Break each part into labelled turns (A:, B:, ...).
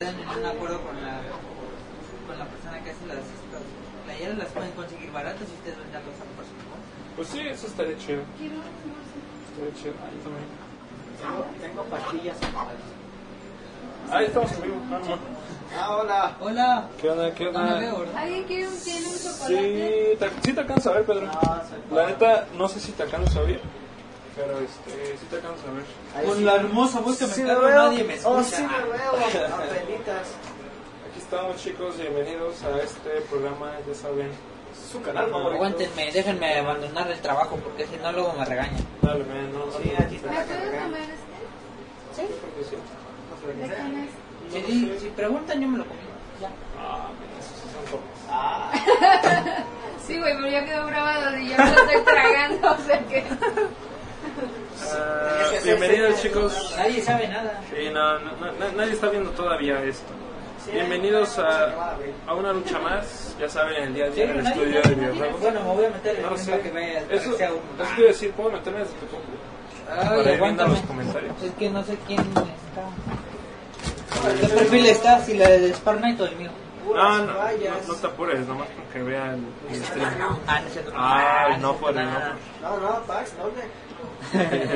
A: en un acuerdo con la, con la persona que hace las estas playeras, las pueden conseguir baratas y ustedes venderlas a la persona.
B: Pues sí, eso estaría chido.
C: Quiero dulce.
B: Estaría chido. Ah, yo también.
D: Tengo, Ah, tengo pastillas.
B: Ah, ya estamos en vivo. Ah, no.
D: Ah, hola.
A: Hola,
B: ¿Qué onda? ¿Qué
D: Ah.
A: no me
B: onda?
A: Ah, veo, ¿verdad?
C: ¿Alguien quiere un, tiene un
B: Sí,
C: chocolate?
B: te, sí te alcanzo a ver, Pedro.
D: No, Ah, soy
B: La
D: Pedro.
B: neta, no sé si te alcanzo a ver. Pero este, sí te alcanzo a ver.
D: Ahí
A: Con
D: sí.
A: la hermosa voz que me
D: Sí
A: cargo,
D: lo veo.
A: nadie me escucha.
D: Oh, sí me veo. Apelitas.
B: Aquí estamos, chicos. Bienvenidos a este programa. Ya saben,
D: Su
B: Ah,
D: canal favorito.
A: Aguántenme, déjenme abandonar el trabajo porque si no luego me regañan.
B: dale, man. No,
D: Sí, aquí está.
C: ¿Me puedo comer este?
B: Porque sí.
C: ¿De quién es?
A: Si, si- si preguntan, yo me lo comí. Ya.
B: Ah, man, esos sí son formas.
D: Ah,
C: Sí, güey, pero ya quedó grabado y yo me lo estoy tragando, o sea que...
B: Ah, bienvenidos, chicos.
A: Nadie sabe nada.
B: Sí, no, no, na- nadie está viendo todavía esto.
D: Sí,
B: Bienvenidos
D: hay una lucha que va a
B: a,
D: abrir.
B: a una lucha más. Ya saben, el día a día en
A: pero
B: el
A: nadie
B: estudio de
A: sabe,
B: videojuegos.
A: Bueno, me voy a meter el
B: No lo
A: link
B: sé.
A: para que vea para
B: Eso,
A: que sea
B: eso
A: uno.
B: quiero decir, ¿puedo meterme desde tu compu? Por
A: Ay,
B: ahí viendo
A: aguántame.
B: los comentarios.
A: Es que no sé quién está. ¿Qué perfil está? Si la de Sparknight o el mío.
B: No,
D: puras
B: no, no,
D: rayas.
B: no te apures, nomás porque vean el stream.
A: Ah, no es cierto.
B: Ah, no
A: es
B: por
A: cierto,
B: el
A: nada.
B: no
D: No, no, Pax, ¿dónde?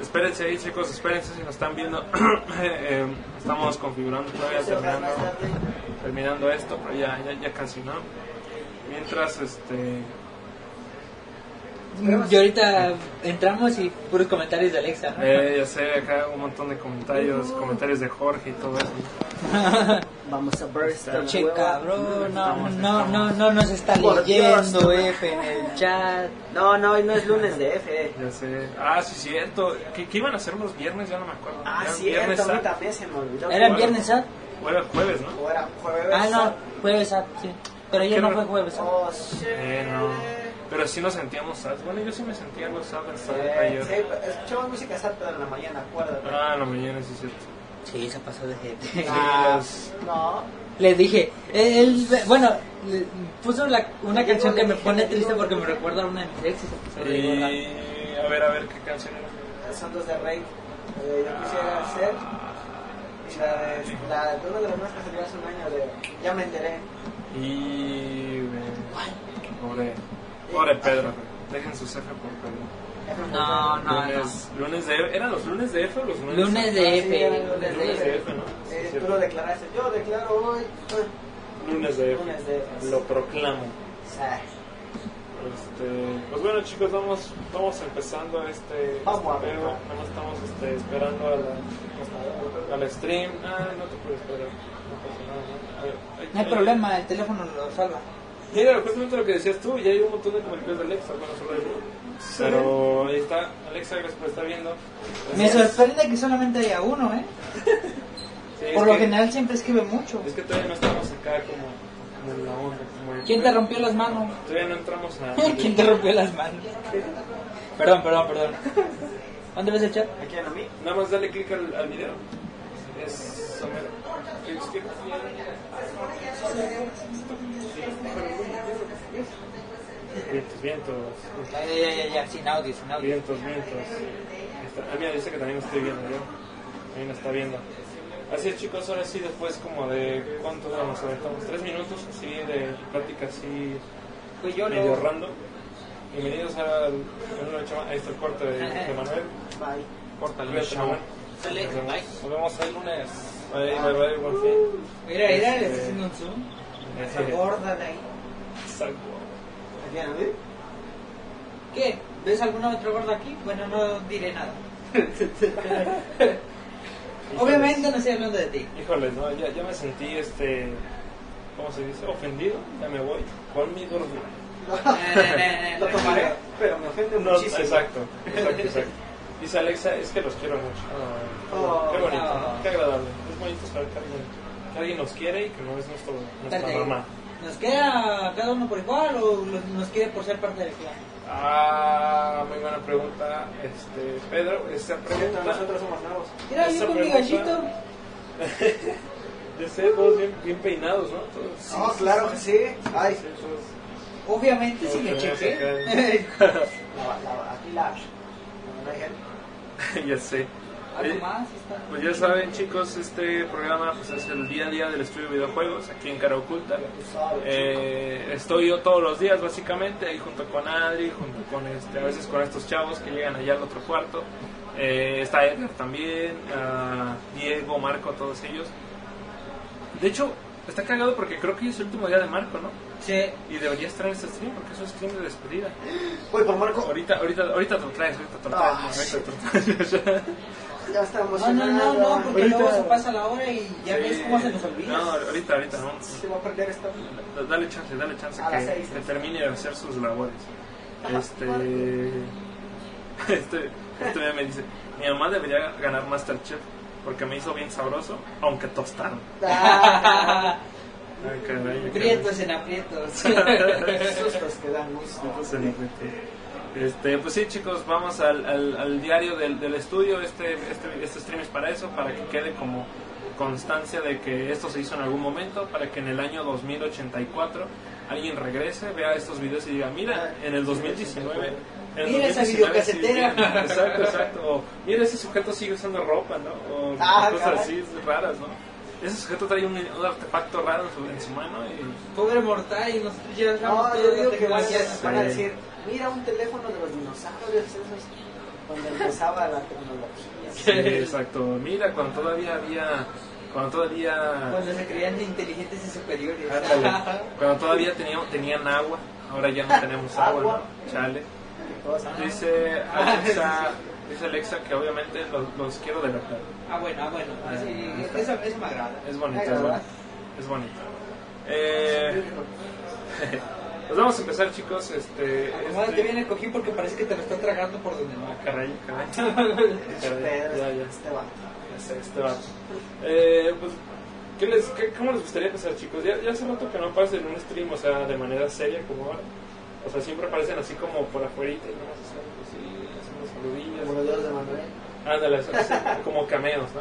B: espérense ahí, chicos, espérense si nos están viendo. Eh, estamos configurando todavía,
D: Tres horas
B: terminando,
D: más tarde.
B: terminando esto, pero ya, ya, ya casi, ¿no? Mientras, este...
A: Y ahorita entramos y puros comentarios de Alexa, ¿no?
B: Eh, ya sé, acá un montón de comentarios, comentarios de Jorge y todo eso.
D: Vamos a ver esta
A: che,
D: hueva.
A: cabrón, no,
B: Estamos,
A: no, no,
B: estamos.
A: no nos está
D: Por Dios,
A: leyendo
D: no.
A: F en el chat.
D: No, no, hoy no es lunes de F.
B: Ya sé. Ah, sí, cierto. ¿Qué, qué iban a hacer los viernes? Ya no me acuerdo.
D: Ah,
B: Eran
D: cierto,
B: viernes
D: a mí
B: santo,
D: también se me olvidó.
A: ¿Era viernes SAT?
B: o era jueves, ¿no?
D: O era jueves.
A: Ah, no, jueves SAT, sí. Pero ayer
B: ¿Qué
A: no
B: no?
A: fue jueves SAT.
D: Oh, shit.
B: Eh, no. Pero sí nos sentíamos sad. Bueno, yo sí me sentía algo sad el
D: Sí,
B: sad ayer.
D: sí, pues, escuchamos música sad, pero en la mañana, acuérdate.
B: Ah, no, mañana sí es cierto.
A: Sí, se pasó de gente.
D: Ah,
B: sí,
D: no.
A: Le dije, "Eh, él, bueno, le- puso la- una canción que me pone triste porque me recuerda a una de mis exes. se
B: Eh,
A: puso de gorda.
B: Y a ver, a ver qué canción era.
D: Son dos de Rey. Eh, yo quisiera hacer. y La de, la de una de las más que salió hace un año de. Ya me enteré.
B: Y. eh, Pobre. Pobre Pedro. Dejen su ceja por Pedro.
A: No, no, no.
B: Lunes, lunes de E, ¿Eran los lunes de F o los lunes
A: Lunes de F,
B: F?
A: lunes
B: Lunes
A: de
B: de
A: F.
B: F, ¿no? Sí,
D: Eh, tú
B: cierto.
D: lo declaraste. Yo declaro hoy. eh,
B: Lunes de F.
D: Lunes de F.
B: Lo proclamo.
D: ah,
B: Este, pues bueno chicos, vamos, vamos empezando este
D: Vamos a
B: este
D: ver.
B: pedo. Nada más estamos este, esperando a la, a la stream. Ah, no te puedes esperar. No pasa nada, ¿no? A ver, ay,
A: No hay
B: ay.
A: problema, el teléfono lo salva.
B: Mira, justamente lo que decías tú, ya hay un montón de comentarios de Alexa, bueno, solo hay uno. Pero ahí está, Alexa, gracias por estar viendo.
A: Me
B: Gracias.
A: sorprende que solamente haya uno, ¿eh?
B: Sí, es
A: Por lo
B: que-
A: general siempre escribe mucho.
B: Es que todavía no estamos acá como, como en la onda. como en-
A: ¿Quién te rompió las manos?
B: Todavía no entramos a...
A: ¿Quién te rompió las manos? Perdón, perdón, perdón. ¿Dónde ves el chat?
D: ¿A quién? ¿A mí?
B: Nada más dale clic al, al video. Es Homero. Clic izquierdo. Vientos, vientos.
A: Ya, ya, ya, ya, sin audio, sin audio.
B: Vientos, vientos. Ahí está. Ah, mira, dice que también lo estoy viendo yo. También lo está viendo. Así es, chicos, ahora sí, después como de... ¿Cuánto nos aventamos? ¿Tres minutos? así de plática así
A: Pues yo lo...
B: medio random. Bienvenidos a... Ahí está el corte este de, de Manuel.
D: Bye.
B: Corta el chabón.
A: Sale,
B: Nos vemos.
A: bye.
B: Nos vemos el lunes. Bye, bye, bye, buen
A: Mira, mira, le está haciendo un zoom.
B: fin.
A: eh, Gorda de ahí.
B: Saco.
D: ¿A quién? ¿A mí?
A: ¿Qué? ¿Ves alguna otra gorda aquí? Bueno, no diré nada. Obviamente no estoy hablando de ti.
B: Híjoles, no, ya, ya me sentí, este, ¿cómo se dice? Ofendido, ya me voy, con mi gordura.
D: Lo tomaré, pero me ofende
B: No,
D: muchísimo.
B: exacto, exacto, exacto. Dice Alexa, es que los quiero mucho.
D: Oh,
B: qué bonito,
A: no.
B: qué agradable. Es bonito saber que alguien, que alguien nos quiere y que no es nuestro, nuestra mamá.
A: ¿Nos queda cada uno por igual o los- nos quiere por ser parte del clan?
B: Ah, muy buena pregunta, este, Pedro, esa
D: Siento,
B: pregunta...
D: Nosotros somos nuevos.
A: Mira,
B: Esa
A: yo con mi
B: pregunta-
A: gallito.
B: Ya sé, todos bien, bien peinados, ¿no? Todos.
D: Oh, claro que sí. Ay,
B: Sí, todos.
A: Obviamente si
B: Todos
A: me
B: tenemos
A: chequé.
B: acá
D: la, la, aquí la. no, no hay gente.
B: el- ya sé.
E: ¿Algo
B: Eh,
E: más? Está-
B: Pues ya saben chicos, este programa pues, es el día a día del estudio de videojuegos aquí en Cara Oculta. Eh, estoy yo todos los días básicamente, ahí junto con Adri, junto con este, a veces con estos chavos que llegan allá al otro cuarto. Eh, está Edgar también, ah, Diego, Marco, todos ellos. De hecho, está cagado porque creo que hoy es el último día de Marco, ¿no?
E: Sí.
B: Y debería estar en este stream porque es un stream de despedida.
D: Uy, por Marco,
B: Ahorita, ahorita, ahorita te lo traes, ahorita te lo traes,
D: Ah,
B: ahorita te lo traes.
D: ya está
E: No,
D: emocionado.
E: no, no, no, porque
B: Ahorita-
E: luego se pasa la hora y ya ves
B: Sí.
E: cómo se nos olvida.
B: No, ahorita, ahorita, no.
D: Se va a perder esto.
B: Da- Dale chance, dale chance
D: A las
B: que,
D: seis.
B: que termine de hacer sus labores.
D: Ajá.
B: Este, este, este meme me dice, mi mamá debería ganar Masterchef porque me hizo bien sabroso, aunque tostaron.
D: Ah,
B: Ay, caray,
E: Aprietos en aprietos.
D: sustos que dan gusto.
B: Entonces, Este, pues sí chicos, vamos al, al- al diario del, del estudio, este, este, este stream es para eso, para que quede como constancia de que esto se hizo en algún momento, para que en el año 2084 alguien regrese, vea estos videos y diga, mira,
D: Ah,
B: en el 2019... en el
D: Mira esa
B: 2019 sí,
D: videocasetera".
B: exacto, exacto. O, mira, ese sujeto sigue usando ropa, ¿no? O
D: Ah,
B: cosas
D: caray.
B: así raras, ¿no? Ese sujeto trae un, un artefacto raro en su, en su mano y...
E: Pobre mortal, y nosotros ya estamos
D: No, yo
E: todos
D: digo que van
E: tecnologías.
D: a- van a
B: Sí.
D: decir, mira un teléfono de los dinosaurios esos donde empezaba la tecnología.
B: Sí, exacto. Mira, cuando todavía había. Cuando todavía.
E: Cuando se creían inteligentes y superiores.
B: Ándale, cuando todavía teníamos, tenían agua. Ahora ya no tenemos agua, ¿no? Chale.
D: Todos, ah,
B: Dice Alexa, dice Alexa que obviamente los, los quiero delatar.
E: Ah, bueno, ah, bueno. Sí, eso, eso me agrada.
B: Es bonito, es bonito. Es bonito.
D: Ah,
B: Eh, pues vamos a empezar, chicos. Este.
E: Acomódate
B: este-
E: bien el cojín porque parece que te lo está tragando por donde no.
B: Ah, caray, caray.
E: Ah,
D: Pedro,
B: Caray, ya, ya.
D: este va.
B: Este, este vato. Eh, pues, ¿qué les, qué- ¿cómo les gustaría empezar, chicos? Ya, ya hace rato que no pasen un stream, o sea, de manera seria como ahora. O sea, siempre aparecen así como por afuerita y nomás hacen así, hacen unas
D: Como
B: pues saludillas.
D: los dedos de Manuel.
B: Ándale, o sea, así, como cameos, ¿no?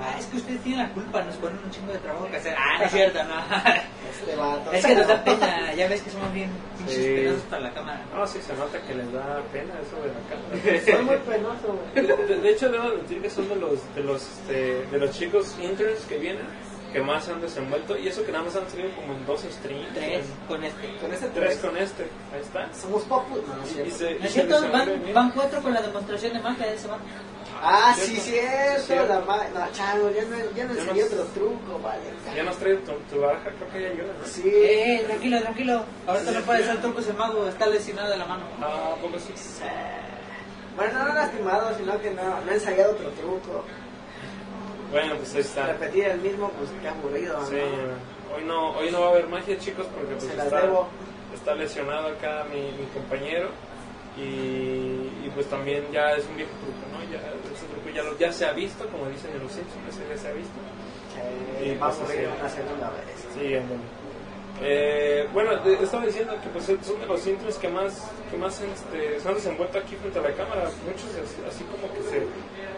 E: Ah, es que ustedes tienen la culpa, nos ponen un chingo de trabajo que hacer. Ah, no es cierto, no.
D: Este vato.
E: Es que nos da pena, ya ves que somos bien pinches
B: Sí.
E: penosos para la cámara.
B: No, sí, se nota que les da pena eso de la cara.
D: Soy muy penoso, güey.
B: De, de hecho, debo admitir que son de los, de los, este, de los chicos interns que vienen que más se han desenvuelto y eso que nada más han salido como en dos streams.
E: Tres con este.
D: Con este
B: en- Tres con este, ahí está.
D: Somos popus. No, no es
B: Y
D: cierto.
B: se- y
E: ¿No es
B: se
E: cierto?
B: les abre
E: Van,
B: bien.
E: van cuatro con la demostración de magia, ese va.
D: Ah, sí, cierto.
B: cierto.
D: La ma... No, chavo, ya no, ya no
B: Ya
D: enseñé
B: no-
D: otro truco, vale.
B: Ya nos trae tu, tu baraja, creo que ya yo. ¿no?
D: Sí.
E: Eh, eh, tranquilo, tranquilo. Ahorita no puede ser truco ese mago, está lesionado de la mano.
B: Ah, ¿a poco sí.
D: Bueno, no lastimado, sino que no, no he ensayado otro truco.
B: Bueno, pues ahí está.
D: Repetir el mismo, pues qué aburrido. ¿no?
B: Sí, hoy no, hoy no va a haber magia, chicos, porque pues
D: Se las
B: está,
D: debo.
B: está lesionado acá mi, mi compañero. Y, y, pues también ya es un viejo truco, ¿no? Ya, ese truco ya, lo- ya se ha visto, como dicen en los Simpsons, ese ya se ha visto.
D: Eh,
B: Sí,
D: va a
B: pues,
D: aburrir
B: sí.
D: una segunda vez.
B: Sí, ándale. Eh, bueno, de- estaba diciendo que pues, son de los intros que más, que más este, se han desenvuelto aquí frente a la cámara. Muchos así, así como que se,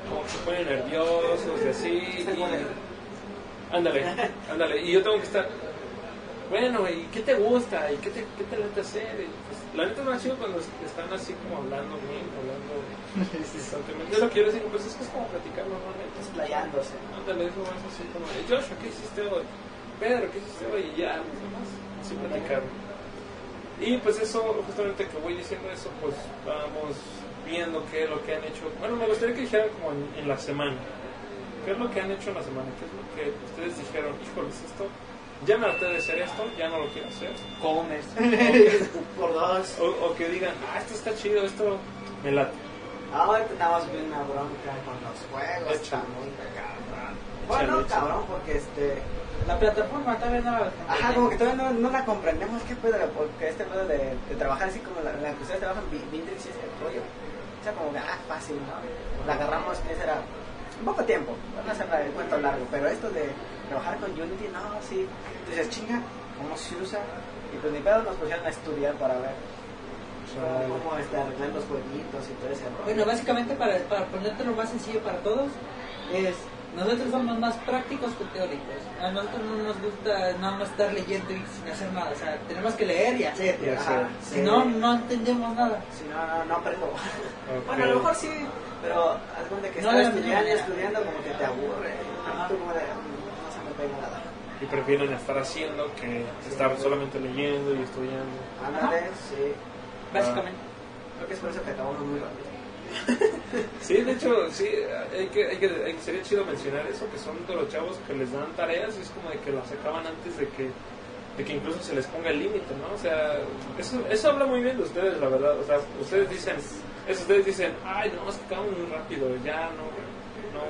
B: como que se ponen nerviosos y así. y- Ándale, ándale. Y yo tengo que estar, bueno, ¿y qué te gusta? ¿Y qué te, qué te late hacer? Y, pues, la neta es más chido cuando están así como hablando bien, hablando constantemente. Es lo que yo les digo, pues es que es como platicar normalmente.
D: Desplayándose.
B: Ándale, eso más así como de Joshua, ¿qué hiciste hoy? Pedro, ¿qué hiciste hoy? Y ya, pues nomás, así platicaron. Y pues eso, justamente que voy diciendo eso, pues vamos viendo qué es lo que han hecho. Bueno, me gustaría que dijeran como en, en la semana. ¿Qué es lo que han hecho en la semana? ¿Qué es lo que ustedes dijeron? Híjoles, esto, ya me harté de hacer esto, ya no lo quiero hacer.
E: Comes.
D: Por dos.
B: O, o que digan, ah, esto está chido, esto me late.
D: Ahora andamos bien una bronca con los juegos.
B: Échale.
D: Está muy cabrón.
B: Échale,
D: Bueno,
B: échale.
D: cabrón, porque este.
E: La plataforma todavía no la
D: Ajá, como que todavía no, no la comprendemos, qué pedo, porque este pedo de, de trabajar así como la, la que ustedes trabajan, vi- Vintrix y ese rollo, o sea, como que, ah, fácil, ¿no? La agarramos, que será? Un poco tiempo, no hacer el cuento largo, pero esto de trabajar con Unity, no, sí, dices, chinga, ¿cómo se usa? Y pues ni pedo nos pusieron a estudiar para ver
B: Chale.
D: cómo, cómo este, arreglar los jueguitos y todo ese rollo.
E: Bueno, básicamente para, para ponértelo más sencillo para todos, es
A: Nosotros somos más prácticos que teóricos. A nosotros no nos gusta nada más estar leyendo y sin hacer nada. O sea, tenemos que leer y hacer.
B: Y hacer.
A: Ajá. Si no, no entendemos nada.
D: Si no, no, no aprendo.
B: Ok.
D: Bueno, a lo mejor sí, pero haz cuenta que
A: No,
D: estás
A: de la misma
D: estudiando y
A: manera.
D: estudiando como que te aburre.
A: Ajá.
D: Y tú como de, "Mm, no se me pega nada.
B: Y prefieren estar haciendo que estar solamente leyendo y estudiando.
D: Ándale, sí.
A: Básicamente.
D: Creo que es por eso que acabamos muy rápido.
B: Sí, de hecho, sí, hay que, hay que, hay que- sería chido mencionar eso, que son de los chavos que les dan tareas y es como de que las acaban antes de que, de que incluso se les ponga el límite, ¿no? O sea, eso, eso habla muy bien de ustedes, la verdad. O sea, ustedes dicen, es, ustedes dicen, ay, no, es que acabamos muy rápido, ya no,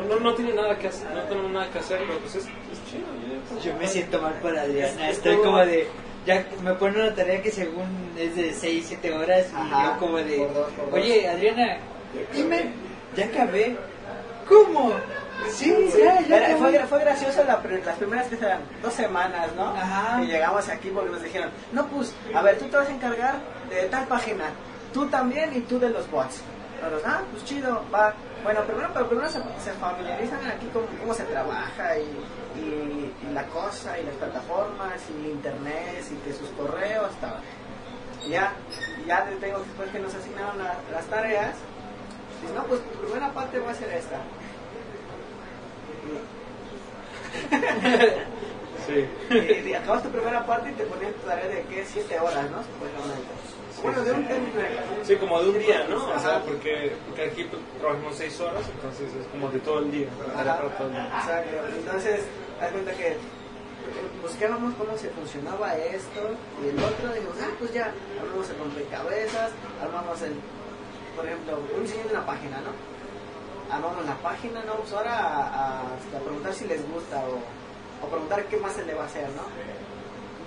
B: no, no, no, no tiene nada que hacer, no tenemos nada que hacer, pero pues es, es chido. ya.
F: Ah, Yo me siento mal por Adriana, estoy como de... Ya me pone una tarea que según es de 6, 7 horas y
D: Ajá,
F: yo como de...
D: por dos, por dos.
F: Oye, Adriana, dime, ya acabé. ¿Cómo? Sí, ya, ya
D: Era- fue,
F: acabé.
D: gra- fue gracioso la pri- las primeras que eran dos semanas, ¿no?
F: Ajá.
D: Y llegamos aquí porque nos dijeron, no, pues, a ver, tú te vas a encargar de tal página, tú también y tú de los bots. Nosotros, ah, pues chido, va. Bueno, primero, pero primero se, se familiarizan aquí con cómo se trabaja y, y- y la cosa y las plataformas y internet y que sus correos, tal. Ya, ya les tengo que después que nos asignaron la- las tareas, dice, no, pues tu primera parte va a ser esta.
B: Sí.
D: y, y Eh, acabas tu primera parte y te ponían tu tarea de que siete horas, ¿no? Supuestamente. Bueno, de un término.
B: Sí, como de un día, ¿no? O sea,
D: Ajá.
B: porque, porque aquí pues, trabajamos seis horas, entonces es como de todo el día. ¿no? Tarea para todo el día.
D: Exacto. Entonces, das cuenta que eh, buscábamos cómo se funcionaba esto y el otro, dijimos, ah, pues ya, armamos el rompecabezas, armamos el, por ejemplo, un diseño de una página, ¿no? Armamos la página, ¿no? Pues ahora a, a- a preguntar si les gusta o, o preguntar qué más se le va a hacer, ¿no?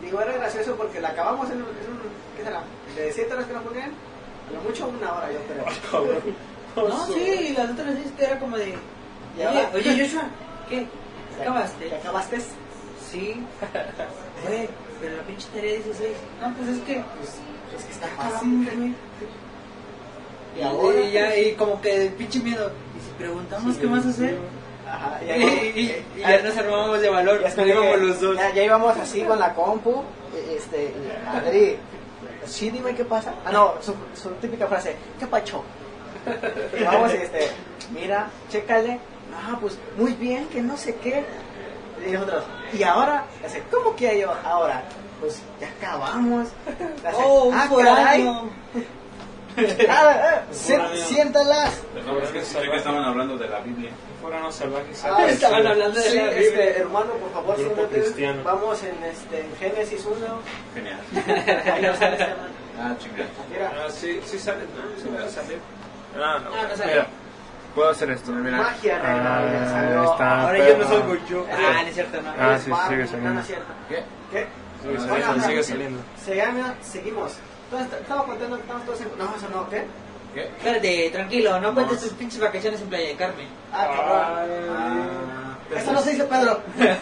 D: Digo, era gracioso porque la acabamos en un, en un- ¿qué será? De siete horas que nos ponían, a lo mucho una hora, yo creo.
B: Cabrón.
A: No, sí, y las otras veces era como de.
D: Ya
A: Oye,
D: va.
A: oye, Joshua, ¿qué?
D: ¿Te
A: ¿Acabaste?
D: acabaste?
A: Sí. Güey, pero la pinche tarea dice 6. No, pues es que.
D: Pues, pues que está fácil.
A: Acabamos, güey.
D: Y ahora,
A: Ah, Y, pues. ya, y como que el pinche miedo. Y si preguntamos qué más hacer.
D: Ajá,
A: Y,
D: pues, y ahí-
A: y- y
D: ahí-
A: ya nos armábamos de valor.
D: ya
A: Ya
D: estoy-
A: íbamos los dos.
D: Ya, ya íbamos así con la compu, eh, este, y, Adri, sí dime qué pasa. Ah, no, su, su típica frase, ¿qué pacho? Y vamos, este, mira, chécale, ah, pues muy bien, que no sé qué. Y nosotros, y ahora, Dice, ¿cómo que yo ahora? Pues ya acabamos. Dice,
A: Oh, un
D: ah, caray.
A: foráneo.
D: Ah, ah, si-
B: foráneo.
D: siéntalas.
G: Es que sé que estaban hablando de la Biblia.
B: Fueron los salvajes.
D: Ah,
A: estaban hablando de
D: Sí,
A: la Biblia.
D: este, hermano, por favor,
B: Grupo
D: siéntate.
B: cristiano.
D: Vamos en este en Génesis 1.
G: Genial.
D: Ahí nos sale este hermano.
G: Ah, chingada.
D: Mira,
B: Ah, sí, sí salen, ¿no? Sí van a salir. Ah, no.
A: Ah, no sale.
G: Mira, puedo hacer esto, mira.
D: magia
B: Ah,
D: negra. ya
B: ahí
D: salió.
B: está.
F: Ahora yo no salgo yo.
A: Ah, no es cierto, no.
B: Ah, sí,
D: Barney,
B: sigue saliendo.
D: No, no es cierto.
G: ¿Qué?
D: ¿Qué?
B: Sigue
G: Ah,
B: saliendo,
D: ajá.
B: sigue saliendo.
D: Se llama, seguimos. Entonces, estaba contando que estamos todos en... No, eso no, ¿qué?
G: ¿Qué?
A: Espérate, tranquilo, no cuentes
G: No.
A: tus pinches vacaciones en Playa de Carmen.
D: Ah, cabrón.
G: Ah,
B: pues
D: Eso no se dice, Pedro.
A: Pues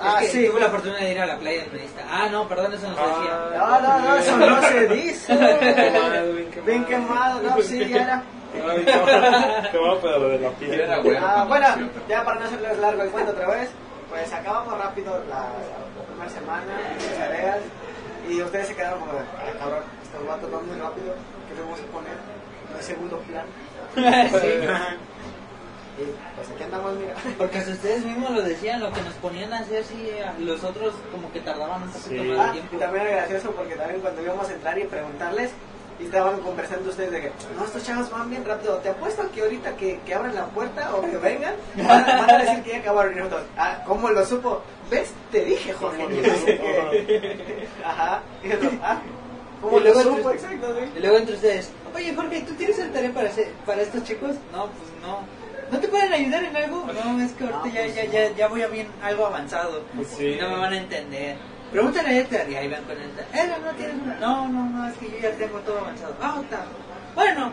D: Ah,
A: es que
D: sí.
A: tuve la fortuna de ir a la playa del periodista. Ah, no, perdón, eso no se decía.
D: No, no, no, eso no se dice.
B: quemado, bien quemado.
D: Bien quemado, no,
B: Pues
D: sí, ya era.
B: Ay, no. Te voy a pegar de la
G: Era
B: piedra.
G: bueno.
D: Ah,
G: cuando
D: bueno,
G: nació, pero-
D: ya para no hacerles largo el cuento otra vez, pues acabamos rápido la, la primera semana, las tareas, y ustedes se quedaron como, de, ah, cabrón, estos vatos van muy rápido, ¿qué le vamos a poner? No hay segundo plan. Y pues aquí andamos, mira.
A: Porque hasta ustedes mismos lo decían, lo que nos ponían a hacer, sí, a los otros como que tardaban un poquito
B: Sí.
A: más
D: Ah,
A: de tiempo.
D: y también era gracioso porque también cuando íbamos a entrar y preguntarles, y estaban conversando ustedes de que, no, estos chavos van bien rápido, te apuesto que ahorita que, que abran la puerta o que vengan, van, a- van a decir que ya acabaron. Y nosotros, ah, ¿cómo lo supo? ¿Ves? Te dije, Jorge. Y no sé qué. Ajá. Y nosotros, ah, ¿cómo
A: Y
D: lo
A: luego
D: supo?
A: entraste.
D: Exacto, sí.
A: Y luego entre ustedes, oye Jorge, ¿tú tienes el tarea para, hacer- para estos chicos? No, pues no. ¿No te pueden ayudar en algo? No, es que ahorita
D: No,
A: ya,
D: pues
A: ya,
D: no.
A: ya, ya voy a bien algo avanzado.
B: Pues sí.
A: No me van a entender. Pregúntale a Edgar y ahí van con Edgar. Edgar, ¿no tienes una? No, no, no, es que yo ya tengo todo avanzado. Ah, está. Bueno,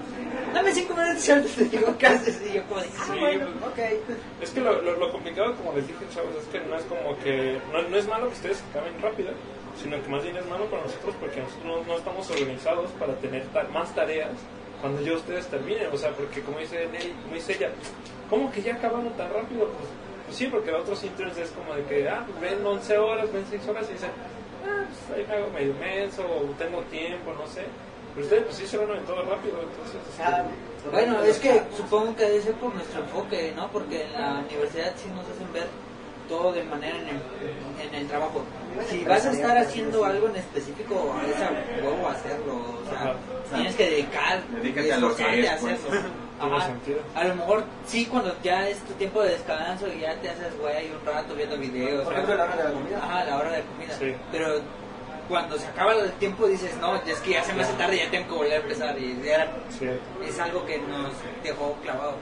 A: dame cinco minutos y antes te digo qué haces. Y yo como de, ah,
B: Sí,
A: bueno,
B: pues-
A: ok.
B: Es que lo, lo, lo complicado, como les dije, chavos, es que no es como que. No, no es malo que ustedes acaben rápido, sino que más bien es malo para nosotros porque nosotros no, no estamos organizados para tener ta- más tareas cuando yo ustedes terminen, o sea, porque como dice, Nelly- como dice ella, ¿cómo que ya acabaron tan rápido? Pues, pues sí, porque los otros interns es como de que, ah, pues ven 11 horas, ven 6 horas y dicen, ah, pues ahí me hago medio menso, o tengo tiempo, no sé. Pero ustedes pues sí se van a todo rápido, entonces... este,
A: Bueno, es que supongo que debe ser por nuestro enfoque, ¿no? Porque en la universidad sí nos hacen ver todo de manera en el, en el trabajo. Si vas a estar haciendo algo en específico, a esa huevo hacerlo. O sea,
B: Ajá.
A: tienes que dedicar,
G: Dedícate a lo que
A: esforzarte
G: es, pues.
B: Tiene
A: Ajá.
B: sentido.
A: A lo mejor sí, cuando ya es tu tiempo de descanso y ya te haces güey un rato viendo videos.
D: Por
A: ¿no?
D: ejemplo, la hora de la comida. "Ah,
A: Ajá, la hora de comida.
B: Sí.
A: Pero cuando se acaba el tiempo dices, no, ya es que ya se me hace tarde, ya tengo que volver a empezar. Y ya
B: sí.
A: es algo que nos dejó clavado.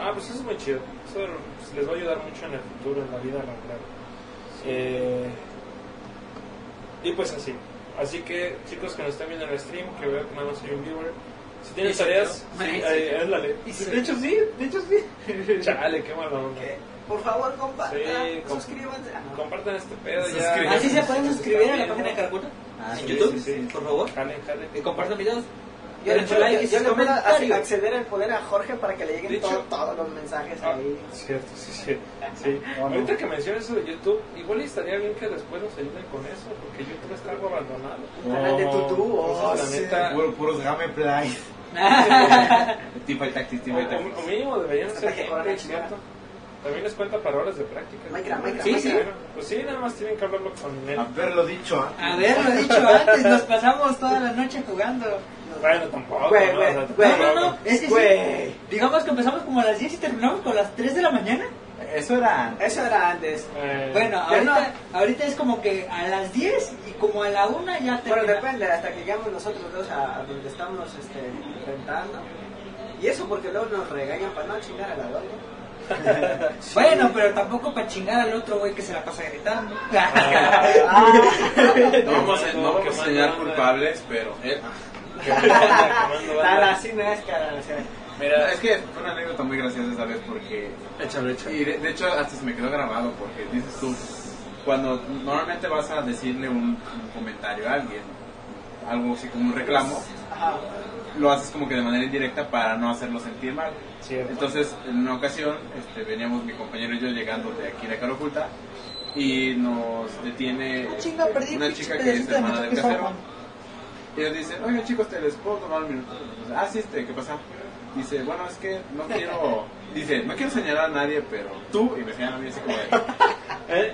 B: Ah, pues eso es muy chido. Eso pues, les va a ayudar mucho en el futuro, en la vida laboral. Eh, y pues así. Así que, chicos que nos están viendo en el stream, que veo que nada más hay un viewer. Si tienen
A: Sí,
B: tareas,
A: yo.
B: sí,
A: Sí,
B: ahí,
A: yo.
B: ándale.
A: Sí.
B: De hecho, sí, de hecho, sí. Chale, qué mala onda.
D: Que, Por favor, compartan,
B: Sí, com-
D: suscríbanse. Ah, no.
B: Compartan este pedo ya.
G: Suscríbanse.
A: Así se pueden suscribir a la página de Carcuna
G: Ah,
A: en
G: sí,
A: YouTube,
B: sí, sí.
A: por favor.
B: Jale, jale.
A: Y compartan videos.
D: Yo
A: Denle
D: le
A: su like y
D: yo
A: sus
D: le puedo ac-
A: comentarios.
D: acceder el poder a Jorge para que le
B: De
D: lleguen
B: hecho-
D: todo- todos los mensajes
B: Ah,
D: ahí.
B: cierto, sí, sí. sí. Ahorita que mencionas eso de YouTube, igual estaría bien que después nos ayuden con eso, porque YouTube está algo abandonado.
D: Un canal de tutú, oh,
B: Entonces, la
D: sí.
B: neta,
G: Puro- puros gameplay. Tifa y tactics,
B: O,
G: tifa y tactics.
B: o mínimo deberían
D: Hasta
B: ser
D: que cobran la
B: gente,
D: chingada.
B: ¿cierto? También les cuenta para horas de práctica.
D: Minecraft, Minecraft,
B: sí, sí.
D: Minecraft.
B: Pues sí, nada más tienen que hablarlo con él.
G: Haberlo dicho, ¿ah?
A: A ver, lo he dicho antes, nos pasamos toda la noche jugando.
B: Bueno, tampoco.
D: Güey,
B: ¿no?
D: güey,
B: O sea,
D: güey.
A: No, no,
B: tampoco.
A: no, es que sí.
D: Güey.
A: Digamos que empezamos como a las 10 y terminamos con las 3 de la mañana.
G: Eso era.
D: Eso era antes.
B: Eh,
A: Bueno,
D: Ya
A: ahorita, ahorita es como que a las 10 y como a la 1 ya
D: Bueno,
A: termina.
D: depende, hasta que llegamos nosotros dos a, a donde estamos este, rentando. Y eso porque luego nos regañan para no chingar a la doña.
A: Bueno, pero tampoco para chingar al otro güey que se la pasa gritando.
G: No vamos a, no vamos a señalar
B: quemando-
G: culpables, pero. eh,
B: quemando banda, quemando
D: La,
B: banda.
D: la, sí, no es cara. O sea,
B: Mira,
G: Es que fue una anécdota muy graciosa esa vez porque
B: échalo, échalo.
G: Y de, de hecho hasta se me quedó grabado porque dices tú, cuando normalmente vas a decirle un, un comentario a alguien, algo así como un reclamo,
D: ajá.
G: lo haces como que de manera indirecta para no hacerlo sentir mal. Entonces, en una ocasión, este, veníamos mi compañero y yo llegando de aquí de Caloculta y nos detiene
A: Ah, chinga, perdí
G: una
A: un
G: chica
A: pinche
G: que es
A: pedacito de
G: hermana
A: metal
G: del
A: que
G: casero.
A: estaba.
G: Y ellos dicen, oigan chicos, te les puedo tomar un minuto. Ah, sí, este, ¿qué pasa? Dice, bueno, es que no quiero, dice, no quiero señalar a nadie, pero tú, y me señalan a mí así como de,
B: ¿Eh?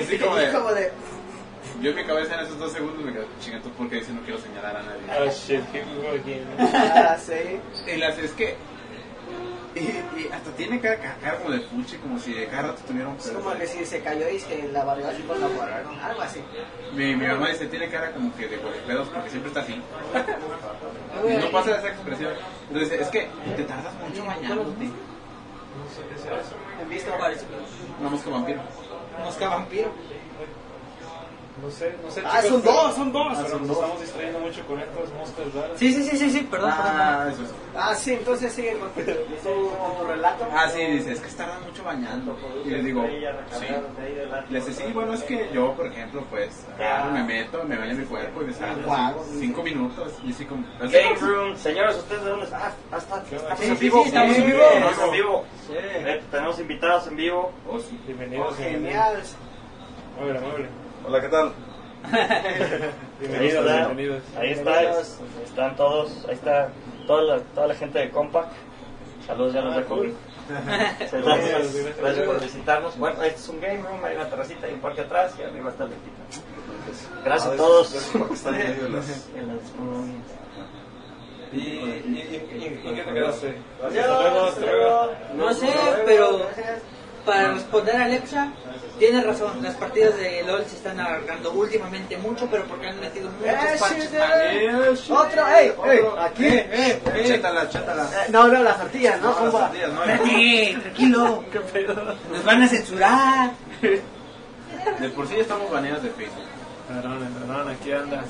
G: así como
D: Y como
G: de,
D: de,
G: yo en mi cabeza en esos dos segundos me quedo, chinga, ¿tú por qué dice no quiero señalar a nadie?
B: Oh shit, here we go again.
D: ah, sí.
G: Y las es que, y, y hasta tiene cara, cara como de fuchi, como si de cada rato tuviera un
D: Es
G: pedo,
D: como
G: ¿sabes?
D: que si se cayó y se la barrió así con la borraron, algo así.
G: Mi, mi mamá dice, tiene cara como que de pedos porque siempre está así. No pasa esa expresión. Entonces, es que te tardas mucho bañándote.
B: No sé qué sea eso.
D: ¿Han visto?
G: Una mosca vampiro.
A: Mosca vampiro.
B: No sé, no sé.
D: Ah,
B: chicos,
D: son
B: pero-
D: dos, son dos.
B: Ah,
D: Son
B: nos
D: dos.
B: estamos distrayendo mucho con estas moscas raras.
A: Sí, sí, sí, sí, sí, perdón.
G: Ah, eso es.
D: Ah, sí, entonces sigue con tu, con tu relato.
G: Ah, sí, dice, es que se tardan mucho bañando. Y les digo, sí. Les dice, sí, bueno, es que yo, por ejemplo, pues, agarro, me meto, me baño mi cuerpo y me salgo
D: Guau.
G: cinco, cinco minutos. Y así como, así
H: Game
G: como-
H: Room, señores, ¿ustedes de dónde están? Ah, ah, está- estamos
A: Sí,
H: en
A: sí,
H: vivo.
A: sí, estamos en vivo.
H: Estamos en vivo. Eh, Tenemos invitados en vivo.
G: Oh, sí.
B: Bienvenidos.
D: Oh, genial.
B: Muévele, muévele.
H: Hola, ¿qué tal?
B: Bienvenidos, bienvenidos.
H: Ahí está, es- están todos, ahí está toda la, toda la gente de Compact. Saludos, ya los dejo. Gracias, gracias por visitarnos. Bueno, este es un game room, hay una terracita y un parque atrás y arriba está el lequita. Ah, Gracias a todos. En las mm, Pues colonias.
B: ¿Y, y, y, y, ¿en qué te quedaste?
H: Adiós,
B: Hasta luego, hasta luego.
A: No sé, pero para responder a Alexa, tiene razón. Las partidas de LOL se están alargando últimamente mucho, pero porque han metido
D: Eh,
A: muchos parches.
D: sí,
A: también.
D: Otro, ey, ey, aquí.
G: Eh, eh, eh, Chétala, chétala.
D: Eh, No, no, las tortillas, ¿no?
G: No, las
D: compa?
G: tortillas, no, no.
A: Espérate, tranquilo. Nos van a censurar.
G: De por sí ya estamos baneados de Facebook.
B: Perdón, perdón, aquí andas.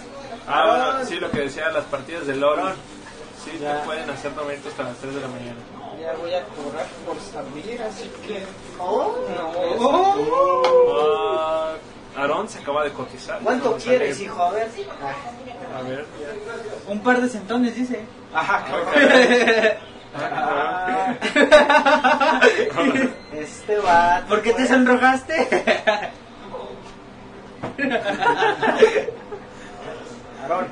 B: Ah, bueno, sí, lo que decía, las partidas de LOL. Sí,
D: Ya.
B: te pueden hacer momentos hasta las 3 de la mañana.
D: Ya voy a cobrar por salir, así que. ¡Oh!
B: Ah, Aarón se acaba de cotizar.
D: ¿Cuánto
B: Vamos a
D: quieres,
B: leer.
D: hijo? A ver.
B: A ver.
A: Un par de centones, dice.
D: Ajá,
B: Ah,
D: Este va.
A: ¿Por qué te sonrojaste?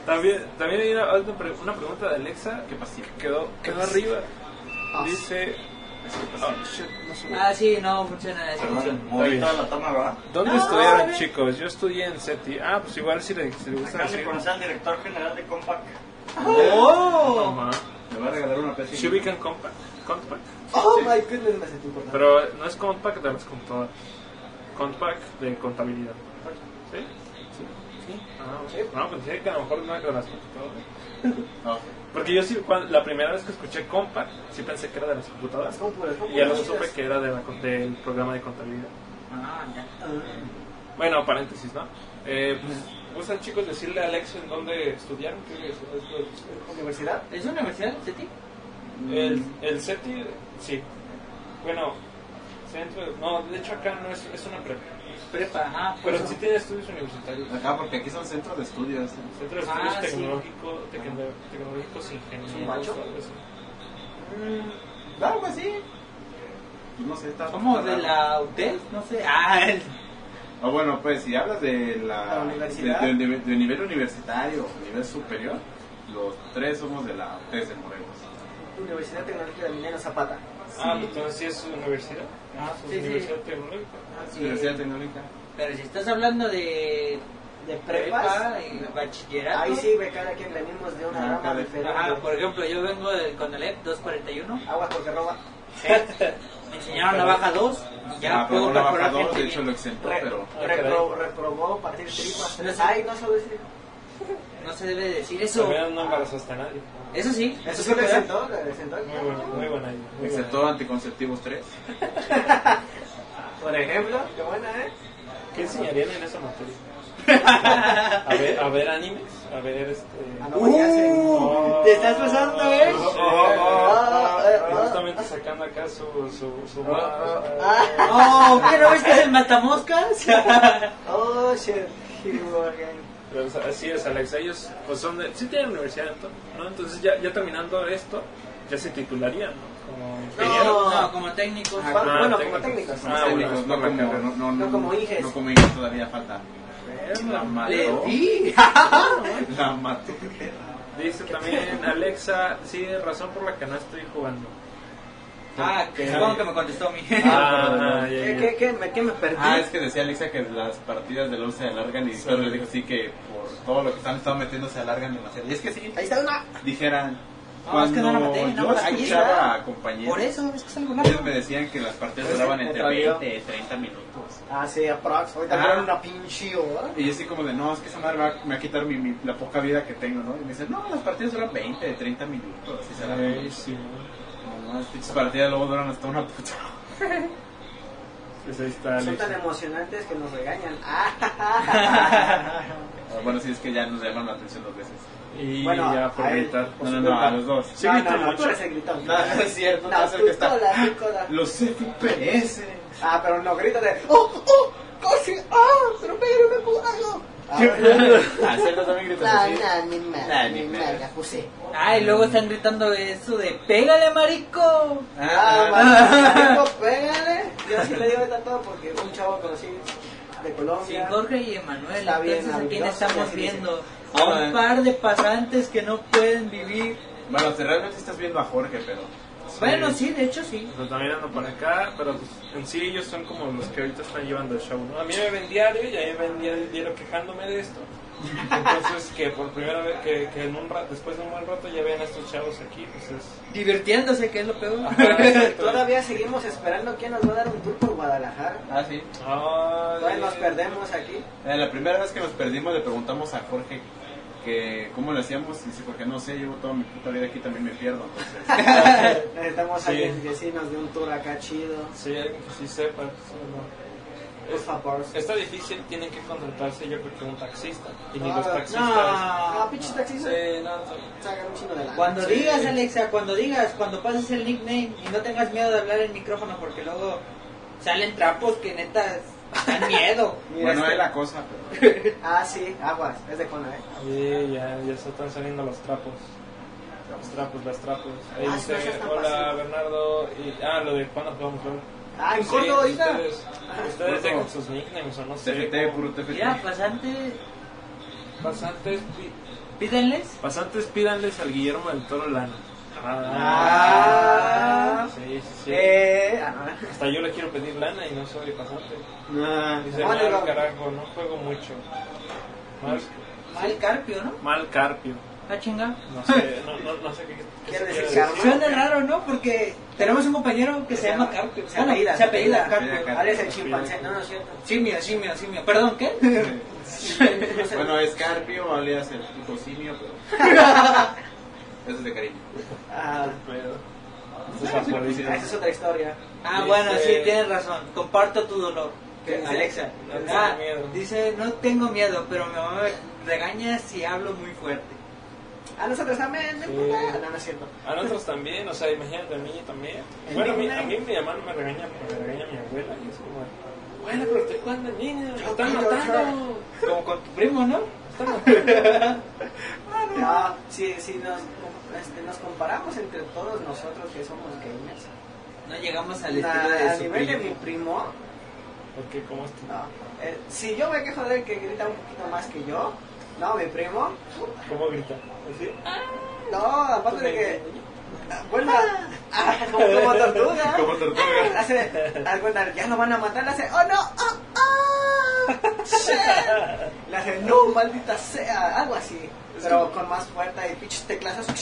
B: También, también hay una, otra pre- una pregunta de Alexa
G: ¿Qué pasó?
B: que quedó, quedó arriba. Dice. Ah, shit, no se ve.
A: ah, sí, no funciona esa función.
H: Hoy toda la toma, ¿verdad?
B: ¿Dónde estudiaron, chicos? Yo estudié en SETI. Ah, pues igual si le, si le gusta
H: Acaban de
B: decir.
H: conocer al director general de Compac.
B: No,
A: ¡Oh!
B: ma.
G: Me va a regalar una PC.
B: Se ubican Compact. Compact.
D: Oh my goodness, me sentí importante.
B: Pero no es Compact de las computadoras. Compact de contabilidad. ¿Sí? Sí. Ah, ok. No, pensé que a lo mejor no era de las computadoras.
G: No.
B: Porque yo sí, cuando- la primera vez que escuché Compact, sí pensé que era de las computadoras.
D: Las cómpulas,
B: Y ya lo
D: cómpulas.
B: supe que era de la, del programa de contabilidad.
A: Ah, ya.
B: Bueno, paréntesis, ¿no? Eh, pues, ¿Gustan chicos decirle a Alex en dónde estudiaron? ¿Qué universidad estudiaron?
D: ¿Universidad?
A: ¿Es una universidad, Ceti?
B: El, el CETI, sí. Bueno, centro. No, de hecho acá no es, es una prepa.
A: Prepa, ah. ajá. por
B: Pero
A: eso.
B: sí tiene estudios universitarios.
G: Acá, porque aquí son centros de estudios.
B: Centro de Estudios
A: Ah, sí.
B: Tecnológico- tecno- Tecnológicos e Ingenieros.
D: ¿Es un macho?
B: o algo así.
A: Mm.
G: Algo así. Pues no sé, está.
A: ¿Somos
G: está
A: de
G: raro.
A: la UTES? No sé. Ah, el-
G: Ah, bueno, pues si hablas de la,
D: La universidad.
G: De, de- de nivel universitario o nivel superior, los tres somos de la UTES de Morelos.
D: Universidad Tecnológica de Minero Zapata.
B: Ah, pues entonces sí es universidad. Ah, pues
A: Sí, sí.
B: universidad tecnológica.
A: sí.
G: Universidad Tecnológica.
A: Pero si estás hablando de, de prepa
D: Prepas.
A: y bachillerato.
D: Ahí sí, ve cada quien venimos de una
G: Ah,
D: rama
G: cada-
D: diferente.
A: Ajá, por ejemplo, yo vengo del Conalep 241.
D: Agua porque roba.
A: Me enseñaron navaja 2 y ya
G: Ah, pero
A: puedo
G: no la
A: perforar
G: bajó,
A: gente
G: de hecho
A: bien.
G: lo exentó,
D: Re-
G: pero.
D: repro- reprobó partir tripas.
A: Pero sí.
D: Ay, no solo decir.
A: No se debe decir eso.
B: También no embarazaste a nadie.
A: Eso sí.
D: Eso
A: sí
D: sí lo
A: puede.
D: exentó, lo exentó.
B: Muy buena, muy buena idea. muy buena
G: Exentó anticonceptivos 3.
D: Por ejemplo, qué buena, ¿eh?
B: idea. ¿Qué enseñarían en esa materia? a, ver, a ver animes, a ver este...
D: Ah, no, ya sé.
B: Oh,
A: Uh, te estás pasando, ¿eh?
B: shit.
D: Oh, oh, oh, oh.
B: Justamente sacando acá su... su, su
D: Ah.
A: Oh, ¿qué no ves que es el matamoscas?
D: Oh, shit. Here we go again.
B: Pero, o sea, así es, Alex. Ellos pues son de... Sí tienen universidad, entonces, ¿no? Entonces ya, ya terminando esto, ya se titularían, ¿no? Como ingenieros.
A: No, no, como técnico.
D: Ah, bueno,
B: técnicos.
D: como técnicos.
B: Ah,
G: Son
B: bueno,
G: técnicos,
B: no
G: Este, no, como,
B: como-
G: no, no,
D: no como hijes.
G: No como hijes, todavía falta. La
A: Le
G: mató.
A: di.
G: La mató.
B: Dice también Alexa, sí, razón por la que no estoy jugando.
A: Ah, que supongo que me contestó a mí.
B: Ah, ya,
D: ¿Qué,
B: ya.
D: qué, qué, me, qué me perdí?
G: Ah, es que decía Alexa que las partidas del 11 se alargan y solo le dijo así que por todo lo que están estado metiendo se alargan demasiado. Y es que sí,
D: Ahí está una.
G: dijeran,
A: No, es que
G: cuando
A: no la maté, no,
G: yo
A: ahí
G: escuchaba
A: está.
G: a compañeros,
A: Por eso, es que es algo largo.
G: ellos me decían que las partidas
D: Pues,
G: duraban entre
D: otra vez.
G: 20 y 30 minutos.
D: Ah, sí, aprox. Ahorita
G: Ajá.
D: duraron una pinche hora.
G: Y yo así como de, no, es que esa madre va- me va a quitar mi, mi- la poca vida que tengo, ¿no? Y me dicen, no, las partidas duran 20, de 30 minutos. Y se alargan.
B: Ay, sí.
G: No, las pinches partidas luego duran hasta una puta.
B: Pues ahí está
D: Son tan
B: Alexa.
D: emocionantes que nos regañan. Ah,
G: Ah, Bueno, sí, es que ya nos llaman la atención dos veces.
B: Y
D: Bueno,
B: ya por
D: a él,
B: gritar.
G: No, no, no, a los dos.
B: Sí,
D: no,
B: grita
D: no, no, tú
B: mucho.
D: eres el gritón.
G: No, no es cierto, no,
D: No,
G: es el
D: tú
G: que está.
D: cola, tú cola.
G: Los FPS.
D: Ah, pero no, grítale. ¡Oh, oh! ¡Casi! ¡Ah! ¡Se lo pegaron me curago! Ah,
G: Ah, cierto, también gritas así.
D: no, ni
G: Nah,
D: merda,
G: ni
D: ni
G: merda.
D: merda, José.
A: Ah, y luego están gritando eso de pégale, marico.
D: Ah,
A: ah.
D: marico, pégale. Yo sí le digo ahorita todo porque un chavo conocí de
A: Sí,
D: Colombia.
A: Jorge y Emanuel,
D: Está bien,
A: entonces a quién
D: maravilloso,
A: estamos
D: así dice.
A: viendo. A
G: Ahora,
A: un par de pasantes que no pueden vivir.
G: Bueno, si realmente estás viendo a Jorge, pero.
A: Bueno, sí, de hecho sí.
B: Pero también ando por acá, pero pues, en sí ellos son como los que ahorita están llevando el show, ¿no? A mí me ven diario y a mí me ven diario, diario quejándome de esto. Entonces que por primera vez, que, que en un ra- después de un buen rato ya vean a estos chavos aquí, pues es...
A: Divirtiéndose, que es lo peor.
D: Todavía seguimos esperando quién nos va a dar un tour por Guadalajara.
G: Ah, sí.
B: Ay,
D: Todavía nos perdemos aquí.
G: Eh, la primera vez que nos perdimos le preguntamos a Jorge que cómo lo hacíamos y dice, Jorge, no sé, llevo toda mi puta vida aquí, también me pierdo. Entonces,
D: Necesitamos
B: Sí.
D: a alguien que sí nos dé un tour acá chido.
B: Sí, alguien que sí sepa. sí, no.
D: Por
B: Es-
D: favor.
B: Está difícil, tienen que contratarse yo creo que un taxista. Y ni
D: Ah,
B: los taxistas...
D: Ah,
A: No.
D: pinche taxista.
B: Sí, no, no.
D: Sacan un chino de Ah, la.
A: Cuando
B: Sí.
A: digas, Alexa, cuando digas, cuando pases el nickname y no tengas miedo de hablar en micrófono porque luego salen trapos que neta Dan miedo.
D: Mira
G: Bueno,
D: este.
G: es la cosa.
D: Ah, sí, aguas, es de Cona, ¿eh?
B: Sí, ya, ya se están saliendo los trapos. Los trapos, las trapos. Ahí
D: Ah,
B: dice,
D: sí, no, ya están
B: hola
D: pasando".
B: Bernardo. Y, ah, lo de cuando jugamos LOL.
D: Ah, en
B: Sí,
D: corto ahorita.
B: Ustedes, ustedes
G: Corto.
B: dejan sus nicknames o no sé.
G: TFT, puro
B: como-
A: Mira,
G: TFT.
A: pasante,
B: Pasantes, pi-
A: pídenles.
B: pasantes pídanles al Guillermo del Toro Lana.
D: Ah.
B: Sí, sí, sí.
D: Eh, ah, no, eh.
B: Hasta yo le quiero pedir lana y no soy pasante. Dice,
D: Vale,
B: mal
D: va.
B: carajo, no juego mucho. Mal,
A: Mal carpio, ¿no?
B: mal carpio.
A: La chinga.
B: No sé, no, no, no sé qué, qué
D: Quiero
B: se
D: decir
B: quiere
D: carpio.
A: Suena raro, ¿no? Porque tenemos un compañero que se llama Carpio.
D: Se
A: Bueno,
D: apellida.
A: se apellida
G: Se apellida
A: Carpio.
G: Carpio.
D: Alex el chimpancé, no, no es cierto.
A: Simio, simio, simio. ¿Perdón, qué?
D: pues,
G: Bueno, es Carpio, alias el tipo simio, pero. Eso es de cariño.
D: Ah,
B: Pero, esto es la
D: esa
B: policía.
D: es otra historia.
A: Ah,
B: Dice-
A: bueno, sí, tienes razón. Comparto tu dolor.
D: ¿Qué dice?
A: Alexa.
B: No tengo
A: Ah,
B: miedo.
A: dice, no tengo miedo, pero mi mamá me regaña si hablo muy fuerte.
D: A nosotros también, no
B: Sí.
D: importa. No, no es cierto.
B: A nosotros también, o sea, imagínate a mí también.
D: El
B: Bueno, a mí,
D: nickname.
B: a mí mi mamá no me regaña, pero me regaña mi abuela y es como, bueno, pero estoy jugando en línea, me están
D: quiero
B: matando.
A: Como con tu primo, ¿no?
D: No, si, si Ah, nos, este, nos comparamos entre todos nosotros que somos gamers,
A: No llegamos al
D: na-
A: estilo
D: a
A: de su
D: nivel de mi
A: primo.
D: primo,
B: Porque como esto.
D: no. Eh, si yo me quejo de él que grita un poquito más que yo, no, mi primo,
B: ¿Cómo grita? ¿Así?
D: no, aparte de que. ah, Bueno, ah, como, como tortuga.
G: Como tortuga.
D: Hace, ah, bueno, ya lo van a matar, le hace, oh no, ah, ah, shit. Le hace, no, maldita sea, algo así. Pero con más fuerza y pinches teclazos.
G: Se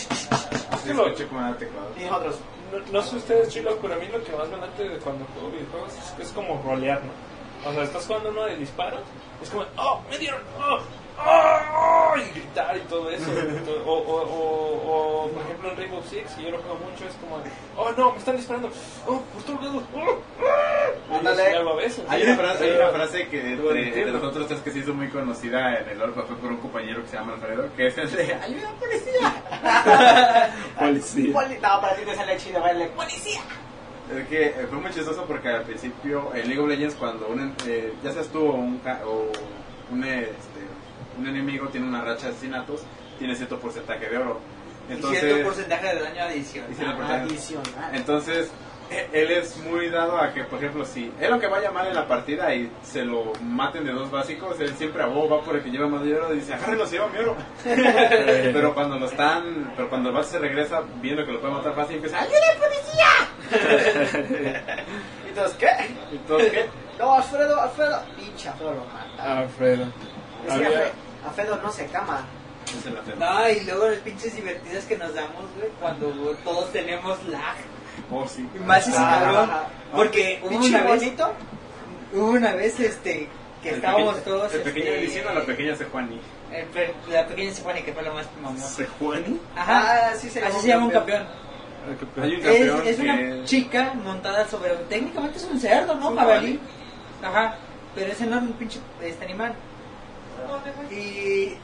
G: escucha como una teclado.
D: Y nosotros,
B: No, no sé ustedes, chicos, pero a mí lo que más me late de cuando juego videojuegos es, es como rolear, ¿no? O sea, estás jugando uno de disparos, es como, ¡oh, me dieron! ¡oh! ¡oh! Y gritar y todo eso. Entonces, O, o, o, o, por ejemplo, en Rainbow Six, que yo lo juego mucho, es como, ¡oh, no, me están disparando! ¡oh, por todos lados! ¡oh, oh!
D: Ándale.
B: Y hago a veces.
G: Hay una frase, hay
B: Pero-
G: una frase que
B: Lo
G: entre, entre
B: entiendo.
G: nosotros tres que se hizo muy conocida en el Orpa fue por un compañero que se llama Alfredo, que es el de ¡Ayuda, policía! policía.
D: "Ah, "Poli- no, para ti te sale chido, baile, policía.
G: Es que eh, fue muy chistoso porque al principio en League of Legends cuando un, eh, ya seas tú o un, ca- o un, eh, este, un enemigo tiene una racha de asesinatos, tiene cierto porcentaje de oro.
A: y cierto
G: Entonces,
A: porcentaje de daño adicional.
G: y cierto porcentaje.
D: Adicional.
G: Entonces, eh, él es muy dado a que, por ejemplo, si él aunque vaya mal en la partida y se lo maten de dos básicos, él siempre a vos va por el que lleva más de oro y dice, agárrenlo, se lleva mi oro. pero cuando lo están, pero cuando el vato se regresa viendo que lo puede matar fácil, empieza, ¡ayuda, policía!
D: Y todos, ¿qué?
G: Entonces, ¿qué?
D: No, Alfredo, Alfredo. Pinche Alfredo lo mata.
B: Alfredo.
D: Es que
B: Había,
D: Alfredo, Alfredo no se cama.
G: Es el lateral.
A: No, y luego las pinches divertidas que nos damos, güey, cuando todos tenemos lag.
G: Oh, sí.
A: Y más ese
D: Ah,
A: cabrón.
D: ah,
A: Porque hubo
D: Pinche
A: una vez,
D: bonito.
A: hubo una vez, este, que
G: El
A: estábamos
G: pequeño-
A: todos...
G: El pequeño
A: este,
G: diciendo a la pequeña Sejuani.
A: el pe- Eh, La pequeña Stephanie, que fue la más mamón.
G: ¿Sejuani?
A: Ajá,
D: Ah, sí se
A: así se llama un campeón.
G: Hay un
A: Es,
G: campeón
A: es una
G: que-
A: chica montada sobre. Técnicamente es un cerdo, ¿no?
G: Un
A: Jabalí. Ajá. Pero es enorme, un pinche este animal. Y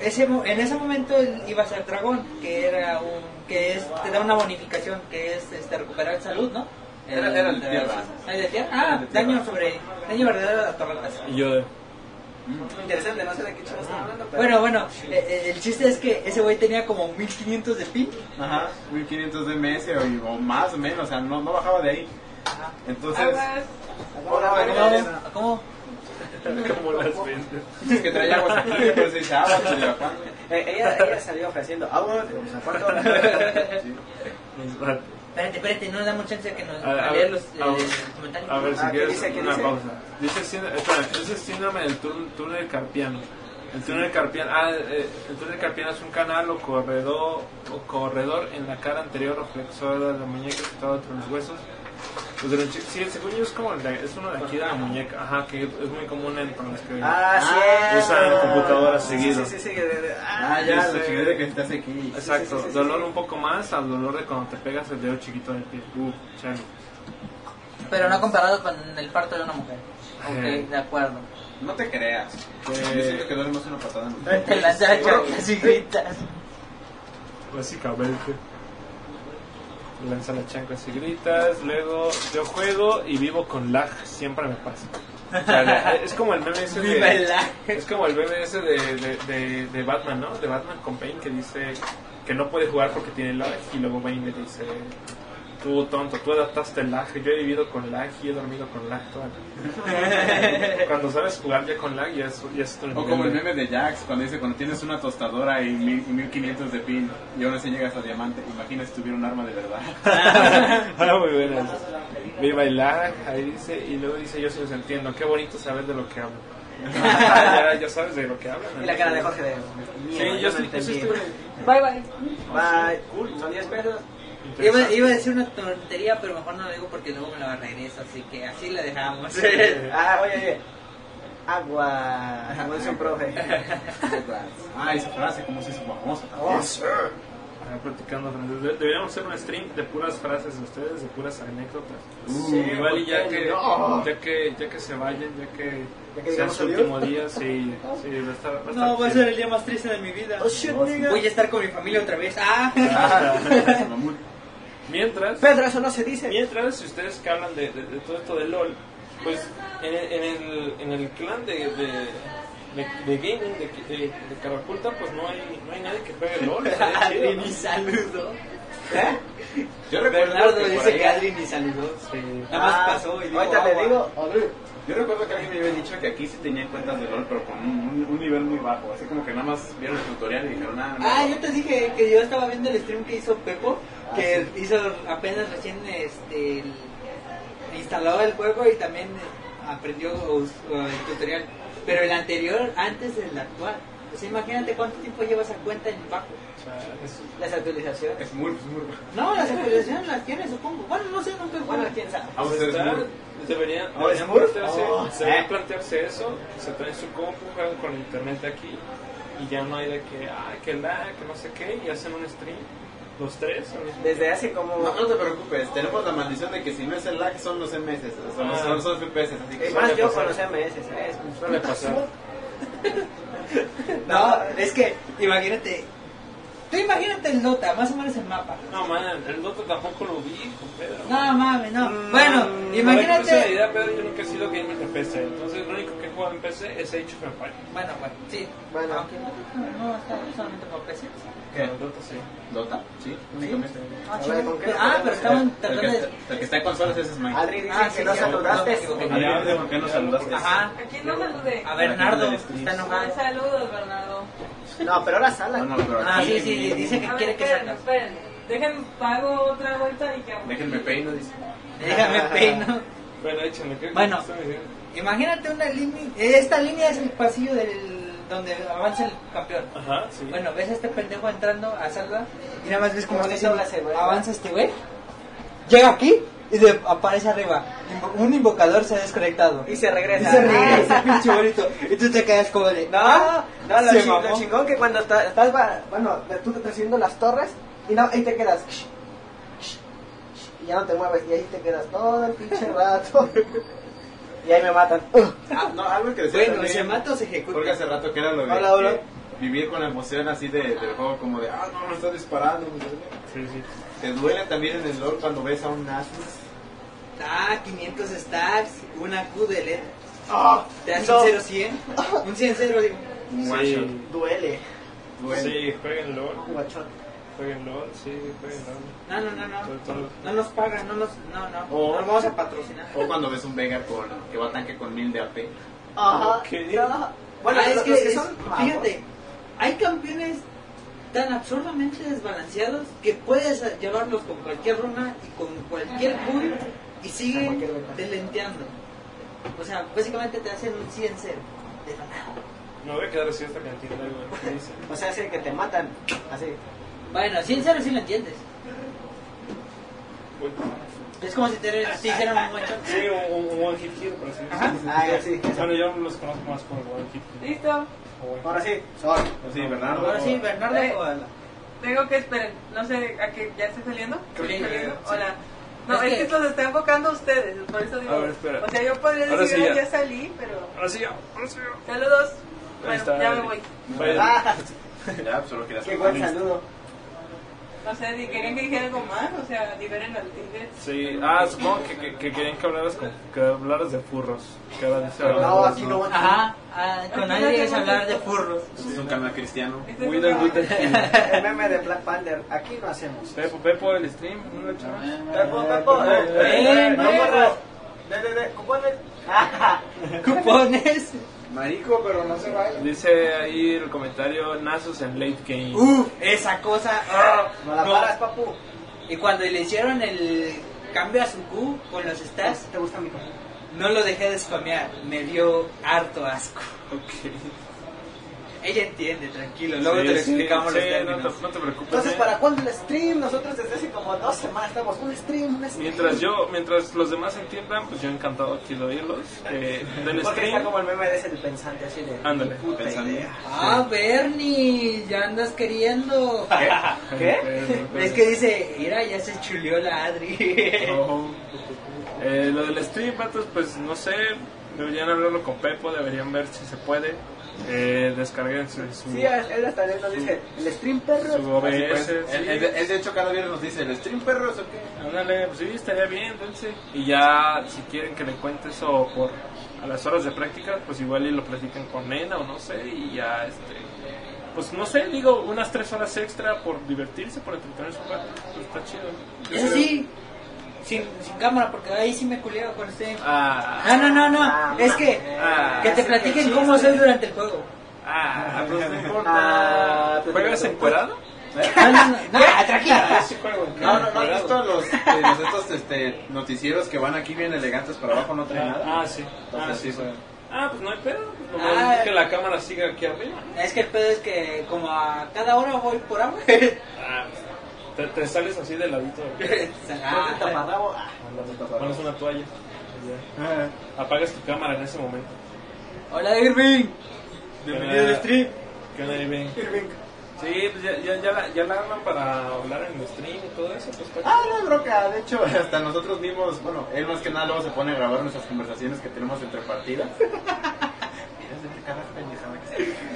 A: ese, mo- en ese momento él iba a ser dragón, que era un. que es, te da una bonificación, que es este, recuperar salud, ¿no?
G: Era- era el de tierra.
A: ¿El de tierra? Ah,
G: El de tierra.
A: daño sobre. daño verdadero a torretas.
B: Y yo de...
D: Interesante, no sé de qué chico están hablando. Pero...
A: Bueno, bueno, eh, eh, el chiste es que ese güey tenía como 1500 de pin.
G: Ajá, 1500 de MS o, o más o menos, o sea, no, no bajaba de ahí. Entonces,
C: Aguas.
D: Ahora,
G: Bueno,
D: ahora,
G: bueno.
D: ahora.
A: ¿Cómo?
B: ¿Cómo las vendes?
G: es que traía aguas aquí, pero se dice, ah, bueno, de la pan.
D: Eh, ella, ella salió ofreciendo agua, o sea, ¿cuánto?
G: Sí.
B: Mis vatos.
A: Espérate, espérate, no damos chance de que nos
B: A- a
A: a
B: ver,
A: leer los,
B: a ver,
A: eh, comentarios.
B: A ver, si
D: Ah, ¿qué
B: quieres
D: dice? ¿Qué
B: una
D: dice?
B: pausa. Dice, sí- espera, dice síndrome del tú- túnel carpiano. El túnel carpiano, ah, eh, el túnel carpiano es un canal o corredor, o corredor en la cara anterior reflexora de la muñeca que está entre los huesos. Pues de los chi- sí, según yo es como, el de- es uno de aquí de la muñeca, ajá, que es muy común en con los que...
D: Ah, sí.
G: Ah,
B: usan computadoras
D: Sí,
B: seguido.
D: Sí, sí, sí. de- de- ah,
G: Ah, ya, la chingadera que estás aquí.
B: Exacto,
D: sí, sí, sí, sí,
B: dolor
D: sí.
B: un poco más al dolor de cuando te pegas el dedo chiquito del pie. Uh, chale.
A: Pero no comparado con el parto de una mujer.
B: Eh.
A: Ok, de acuerdo.
G: No te creas. Yo
B: Eh.
G: siento que duele más una patada. ¿no?
A: Te la
G: Seguro.
A: chacha, así gritas.
B: Básicamente. Lanza la chancla si gritas, luego yo juego y vivo con lag, siempre me pasa. Chale, es como el meme ese de,
A: Vívela.
B: es como el meme ese de, de, de, de Batman, ¿no? De Batman con Bane que dice que no puede jugar porque tiene lag y luego Bane le dice tú tonto, tú adaptaste el lag, yo he vivido con lag y he dormido con lag toda la-". Cuando sabes jugar ya con lag ya es, ya es otro
G: O
B: nivel
G: como el
B: de-
G: meme de Jax, cuando dice, cuando tienes una tostadora y, mil, y 1500 de pin y aún así llegas a diamante, imagina si tuviera un arma de verdad.
B: ah, muy buena. Viva el lag, ahí dice, y luego dice, yo sí los entiendo, qué bonito saber de lo que hablo. ya, ya sabes de lo que hablan.
D: Y la cara de Jorge de.
B: Sí,
D: "Mierda,
B: yo
D: no
B: sí, yo sí
D: entendí".
B: estuve...
C: Bye bye.
D: Bye. Son 10 pesos.
A: Iba, iba a decir una tontería, pero mejor no la digo porque luego me la regreso, así que así la dejamos.
D: Ah, oye, oye. Agua. Como dice un profe.
G: Ah, esa frase, como se hizo famosa también.
D: Oh, sí.
B: Ah, platicando frases. De- Deberíamos hacer un stream de puras frases de ustedes, de puras anécdotas.
D: Sí,
B: Igual y ya
D: porque
B: que,
D: no.
B: ya que ya que se vayan, ya que,
D: Ya que
B: sea
D: digamos
B: su
D: adiós.
B: último día, sí, sí, va a estar, va a estar
A: No, va a
B: chido.
A: ser el día más triste de mi vida.
D: Oh, shit, nigga.
A: Voy a estar con mi familia otra vez. Ah.
G: Ah, mamón.
B: Mientras,
D: Pedro, eso no se dice.
B: mientras si ustedes que hablan de, de- de todo esto de LOL, pues en el, en el, en el clan de, de, de, de gaming de, de, de Caraculta, pues no hay, no hay nadie que juegue LOL. estaría chido,
A: Adri
B: ¿no?
A: ni saludó.
G: Yo recuerdo
A: Bernardo
G: que por
A: dice que
G: ahí-
A: Adri ni saludó.
B: Sí.
A: Nada más
D: Ah,
A: pasó y dijo,
D: Ahorita le
A: "Agua".
D: digo. Odru.
G: Yo recuerdo que alguien me había dicho que aquí sí tenían cuentas de LOL, pero con un, un- un nivel muy bajo. Así como que nada más vieron el tutorial y dijeron, ah, no.
A: Ah, yo te dije que yo estaba viendo el stream que hizo Pepo,
D: Ah,
A: que hizo apenas recién este el- instaló el juego y también aprendió us- uh, el tutorial. Pero el anterior antes del actual. O sea, imagínate cuánto tiempo llevas a cuenta en bajo.
D: Las actualizaciones.
G: Es muy, es muy bajo.
A: No, las actualizaciones las tienes, supongo. Bueno, no sé, nunca
D: Bueno,
A: igual.
D: quién sabe.
G: Vamos a hacer
B: Está-
G: Smurf.
B: deberían,
D: Ah,
B: deberían
D: Smurf.
B: plantearse,
D: Oh,
B: deberían
D: eh.
B: plantearse eso, se traen su compu, juegan con el internet de aquí y ya no hay de que, ah, que la, que no sé qué, y hacen un stream, los tres. al mismo
D: Desde hace como.
G: No, no te preocupes, tenemos la maldición de que si no es el lag son los MS, son, los- son, son los FPS, así que...
D: Y más
B: Suele
D: yo
B: pasar.
D: con los MS, ¿sabes?
B: Suele pasar.
D: No, es que.
A: Imagínate. Tú imagínate el Dota, más o menos el mapa.
B: tiempo. No, man, el Dota tampoco lo vi, con Pedro.
A: No mames, no. Bueno,
D: Mm,
B: Para que te des una
A: imagínate.
B: idea, Pedro, yo nunca he sido gamer de PC, entonces lo único que he jugado en PC es Age of Empires.
A: Bueno, bueno, sí.
D: Bueno.
A: Aunque no, no está solamente por PC.
G: ¿Qué?
B: Pero Dota sí.
G: ¿Dota? Sí, únicamente.
A: Ah,
D: A ver, ¿con qué?
A: ah, pero estaban
G: El que,
A: tratando de...
G: está- el que está en consolas ese es Mike.
D: Adri dice
A: Ah,
D: que
A: sí,
D: no
A: sí,
D: saludaste.
A: no, no,
G: Adri, dice, ¿por qué no saludaste?
A: Ajá.
C: ¿A quién no salude?
A: A Bernardo,
G: Para que no le
A: está enojado.
C: Saludos, Bernardo.
D: No, pero ahora sala.
G: No, no, pero
A: Ah,
G: aquí-
A: sí, sí, dice que
C: A ver,
A: quiere que
C: espérenme,
A: salga.
C: espérenme. Déjenme pago otra vuelta y que hago.
G: Déjenme peino, dice.
A: Déjame peino.
B: Bueno, échenle, ¿qué?
A: Bueno.
B: ¿Qué están diciendo?
A: Imagínate una línea... Esta línea es el pasillo del... donde avanza el campeón.
B: Ajá, sí.
A: Bueno, ves a este pendejo entrando a salva y nada más ves como
D: Como
A: que
D: que dobla ese güey.
A: avanza este güey, llega aquí y de- aparece arriba. Invo- Un invocador se ha desconectado.
D: Y se regresa.
A: Y se regresa, Ah. pinche bonito. Y tú te quedas como de,
D: No, Ah, no, lo,
A: se
D: chi-
A: mamó.
D: lo chingón que cuando ta- estás, ba- bueno, de- tú te estás subiendo las torres y no, ahí te quedas. Y ya no te mueves y ahí te quedas todo el pinche rato. y ahí me matan. Uh.
G: Ah, no, algo que decía
A: Bueno,
G: también,
A: se mata o se ejecuta.
G: Porque hace rato que era lo de
D: Hola, hola.
G: que vivir con la emoción así de, del juego, como de, ah, no, me está disparando. me duele".
B: Sí, sí.
G: Te duele también en el LOL cuando ves a un Nasus.
A: Ah, 500 stacks, una Q de LED.
D: Ah,
A: Te hace
D: no,
A: un 0-100. Un 100-0, digo.
G: Un
B: Sí.
G: one shot.
D: Duele.
G: Duele.
B: Sí, jueguen LOL,
D: Guachón.
B: jueguen LOL, sí, jueguen LOL.
A: No, no, no, no.
B: Todo- todo-
A: No nos pagan, no nos. No, no.
G: O-
A: no nos vamos a patrocinar.
G: O cuando ves un Vega con, que va a tanque con 1000 de AP.
D: Ajá.
B: Ok.
D: no. Bueno,
A: Ah, es
D: los-
A: que,
D: los
A: es-
D: son magos.
A: fíjate, hay campeones tan absurdamente desbalanceados que puedes a- llevarlos con cualquier runa y con cualquier bull y
D: A
A: siguen
D: cualquier ventaja.
A: delenteando. O sea, básicamente te hacen un 100 0 de la nada.
B: Me voy a quedar así hasta que entienda algo de lo que dice.
D: O sea, hace que te matan. Así.
A: Bueno, 100 0 sí lo entiendes. Es como si te, te hicieran un macho.
B: Sí, un, un One Hit Hero, por así decirlo.
D: Ah, ya, sí.
B: Bueno, yo los conozco más por One Hit Hero.
C: Listo.
B: O One
D: Ahora sí. Eh, Sol.
G: Sí, Bernardo.
A: Ahora sí, Bernardo. o Ala.
C: Tengo que esperen. No sé, ¿a que ya está saliendo?
A: Creo que
C: ¿Está
A: ya,
C: saliendo?
A: sí.
C: Hola. No,
A: Es
C: es que
A: que-
C: los está enfocando a ustedes. Por eso digo.
B: A ver, espera.
C: O sea, yo podría
B: Ahora
C: decir,
B: sí,
C: "Ay,
B: ya.
C: ya salí, pero.
B: Hit. Ahora sí, ya, ahora sí, ya.
C: Saludos.
B: Ahí
C: Bueno,
B: está,
C: ya me
B: Eric.
C: voy.
B: Bye.
D: Ah,
G: Ya, pues, solo quería
D: qué
G: hacer
D: buen
G: un listo.
D: saludo.
I: No sé, si querían que dijera algo más, o sea, liberen al tigre.
B: Sí, ah, supongo que, que, que querían que hablaras, con, que hablaras de furros. Que ahora dice hablar de
D: No,
B: furros,
D: así no.
A: Ajá, ah, con nadie es hablar de furros.
G: Es un canal cristiano.
I: Este
B: Muy
I: es
B: de
I: otro-
B: Twitter.
D: El meme de Black Panther, aquí no hacemos.
B: Pepo, Pepo, el stream, ¿no lo echamos?
D: Pepo, Pepo, eh, eh,
A: Eh,
D: no
A: eh,
D: borras. De, de, de, cupones.
A: Cupones.
G: Marico, pero no se vaya.
B: Dice ahí el comentario, Nasus en late game.
D: Uh.
A: Uf, esa cosa. ah,
D: No la
A: no.
D: paras, papu.
A: Y cuando le hicieron el cambio a su Q con los stats,
D: ¿Te gusta mi comida?
A: no lo dejé de spamear. Me dio harto asco.
B: Ok.
A: Ella entiende, tranquilo. Luego
B: Sí,
A: te lo
B: sí,
A: explicamos
B: sí,
A: los
B: no,
A: términos.
B: te, no te preocupes.
D: Entonces,
B: eh.
D: ¿para cuándo el stream? Nosotros desde hace como dos semanas estamos un stream, un stream.
B: Mientras yo, mientras los demás entiendan, pues yo encantado aquí de oírlos. Eh, del
D: Porque está
B: stream,
D: como el meme de ese del pensante, así de.
B: Ándale.
D: Puta
G: Pensando.
D: idea.
A: Ah, Bernie, ya andas queriendo.
B: ¿Qué?
A: Es que dice, mira, ya se chuleó la Adri.
B: No. Eh, lo del stream, vatos, pues no sé, deberían hablarlo con Pepo, deberían ver si se puede. Eh, descarguen su, su,
D: Sí, él hasta él nos dice, el stream perro.
B: su OBS.
G: Así pues, él,
B: sí.
G: él- él de hecho cada viernes nos dice, ¿el stream perros o qué?
B: Ándale, pues sí, estaría bien, dense. Y ya, si quieren que le cuente eso por a las horas de práctica, pues igual y lo platican con Nena o no sé, y ya, este... Pues no sé, digo, unas tres horas extra por divertirse, por entretenerse un rato, pues está chido.
A: Eso sí, sin, sin cámara, porque ahí sí me culeo con este.
B: Ah,
A: Ah, no, no,
D: Ah,
A: no. Es que
B: ah,
A: que te
D: sí,
A: platiquen
D: qué
A: cómo
D: chiste.
A: soy durante el juego.
B: ah, pues no
D: Ah,
B: importa.
D: pues,
B: ¿Juegas
D: pues,
B: encuerado? Ah,
A: No, Ah, no, no, no, tranquilo.
B: Sí juego encuerado.
G: No, no, no has visto los, eh, los estos este, noticieros que van aquí bien elegantes para abajo, no traen nada.
B: Ah, sí. Ah,
G: Entonces,
B: sí.
G: sí, fue-
B: Ah, pues no hay pedo. pues,
A: Ah.
B: nomás que la cámara siga aquí arriba.
A: Es que el pedo es que como a cada hora voy por agua. Ah,
B: Ah, pues, te, te sales así del ladito.
D: Ponte taparrabo. Ah,
B: Pones una toalla.
G: Ah.
B: Apagas tu cámara en ese momento.
A: Hola Irving.
B: Bienvenido al stream. ¿Qué onda, Irving? Sí, pues ya, ya, ya, la, ya la arman para hablar en el stream y todo eso. Pues, está-
G: Ah, no hay bronca. De hecho, hasta nosotros mismos, bueno, él más que nada luego se pone a grabar nuestras conversaciones que tenemos entre partidas. Mira, se me cae la este pendejada que se-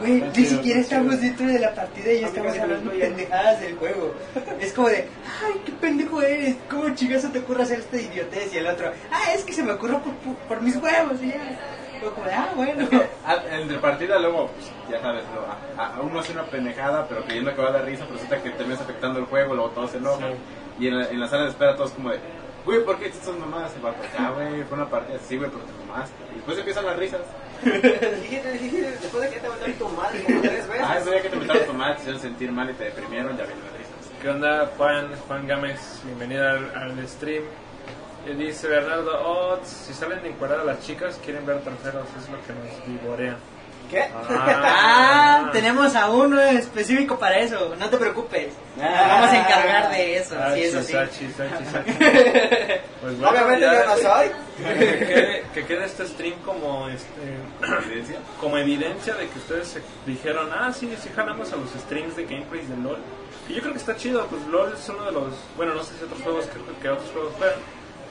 A: Güey,
B: Está
A: ni
B: chido,
A: siquiera
B: está chido.
A: estamos dentro de la partida y ya estamos hablando pendejadas del juego. Es como de, ay, qué pendejo eres, ¿cómo chingazo te ocurre hacer esta idiotez? Y el otro, ah, es que se me ocurrió por, por- por mis huevos y ya. Fue como de, ah, bueno.
G: Ah, Entre partida luego, pues, ya sabes, lo- a, a- uno hace una pendejada, pero creyendo que va a dar risa, resulta que terminas afectando el juego, luego todos se enojan. Y en la, en la sala de espera todos como de, güey, ¿por qué estas mamadas? Se va a ah, güey, fue una partida, sí, güey, pero te mamaste. Y después empiezan las risas.
D: dijiste, dijiste, después de que te mandaron tu madre como tres
G: Ah,
D: veces.
G: eso ya que te metieron tomates, te hicieron sentir mal y te deprimieron, ya vienen las risas.
B: ¿Qué onda, Juan, Juan Gámez? Bienvenido al, al stream. Y dice Bernardo, oh, si salen encuadradas las chicas, quieren ver terceros, es lo que nos vivorean.
D: ¿Qué?
A: Ah, tenemos a uno específico para eso, no te preocupes. Nos vamos a encargar de eso,
B: Ah,
A: si es
B: chis,
A: así.
B: ah, chis, ah, chis, ah, chis. Pues bueno,
D: Obviamente
B: ya-
D: yo no soy.
B: que quede, que quede este stream como este
G: ¿Evidencia?
B: como evidencia de que ustedes se dijeron ah sí sí jalamos a los streams de gameplays de lol y yo creo que está chido pues lol es uno de los bueno no sé si otros juegos que, que otros juegos fueron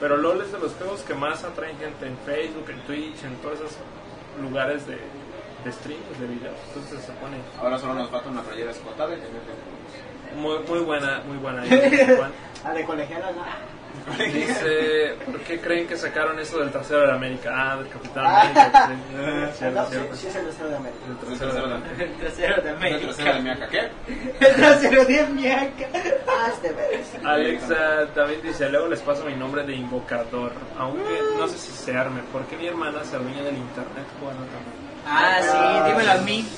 B: pero lol es de los juegos que más atraen gente en Facebook en Twitch en todos esos lugares de, de streams de videos entonces se pone
G: Ahora solo nos falta una playera escotable y tener que-
B: muy muy buena muy buena idea, Juan.
D: Ah, de colegiala, no.
B: Dice, ¿por qué creen que sacaron eso del trasero de la América? Ah, del Capitán América. sí.
G: Ah,
B: Cierto,
D: No, sí,
B: cierto.
D: sí es el tercero de América.
B: Del
G: El
B: trasero de
G: trasero
B: la
G: de-
B: América.
A: El trasero de
G: el trasero de
A: América.
G: Miaca, ¿qué?
A: El trasero de Miaca.
D: Ah, es de veras.
B: Alexa también dice, luego les paso mi nombre de invocador, aunque no sé si se arme, porque mi hermana se adueña del internet jugando también.
A: Ah, sí, dímelo a mí.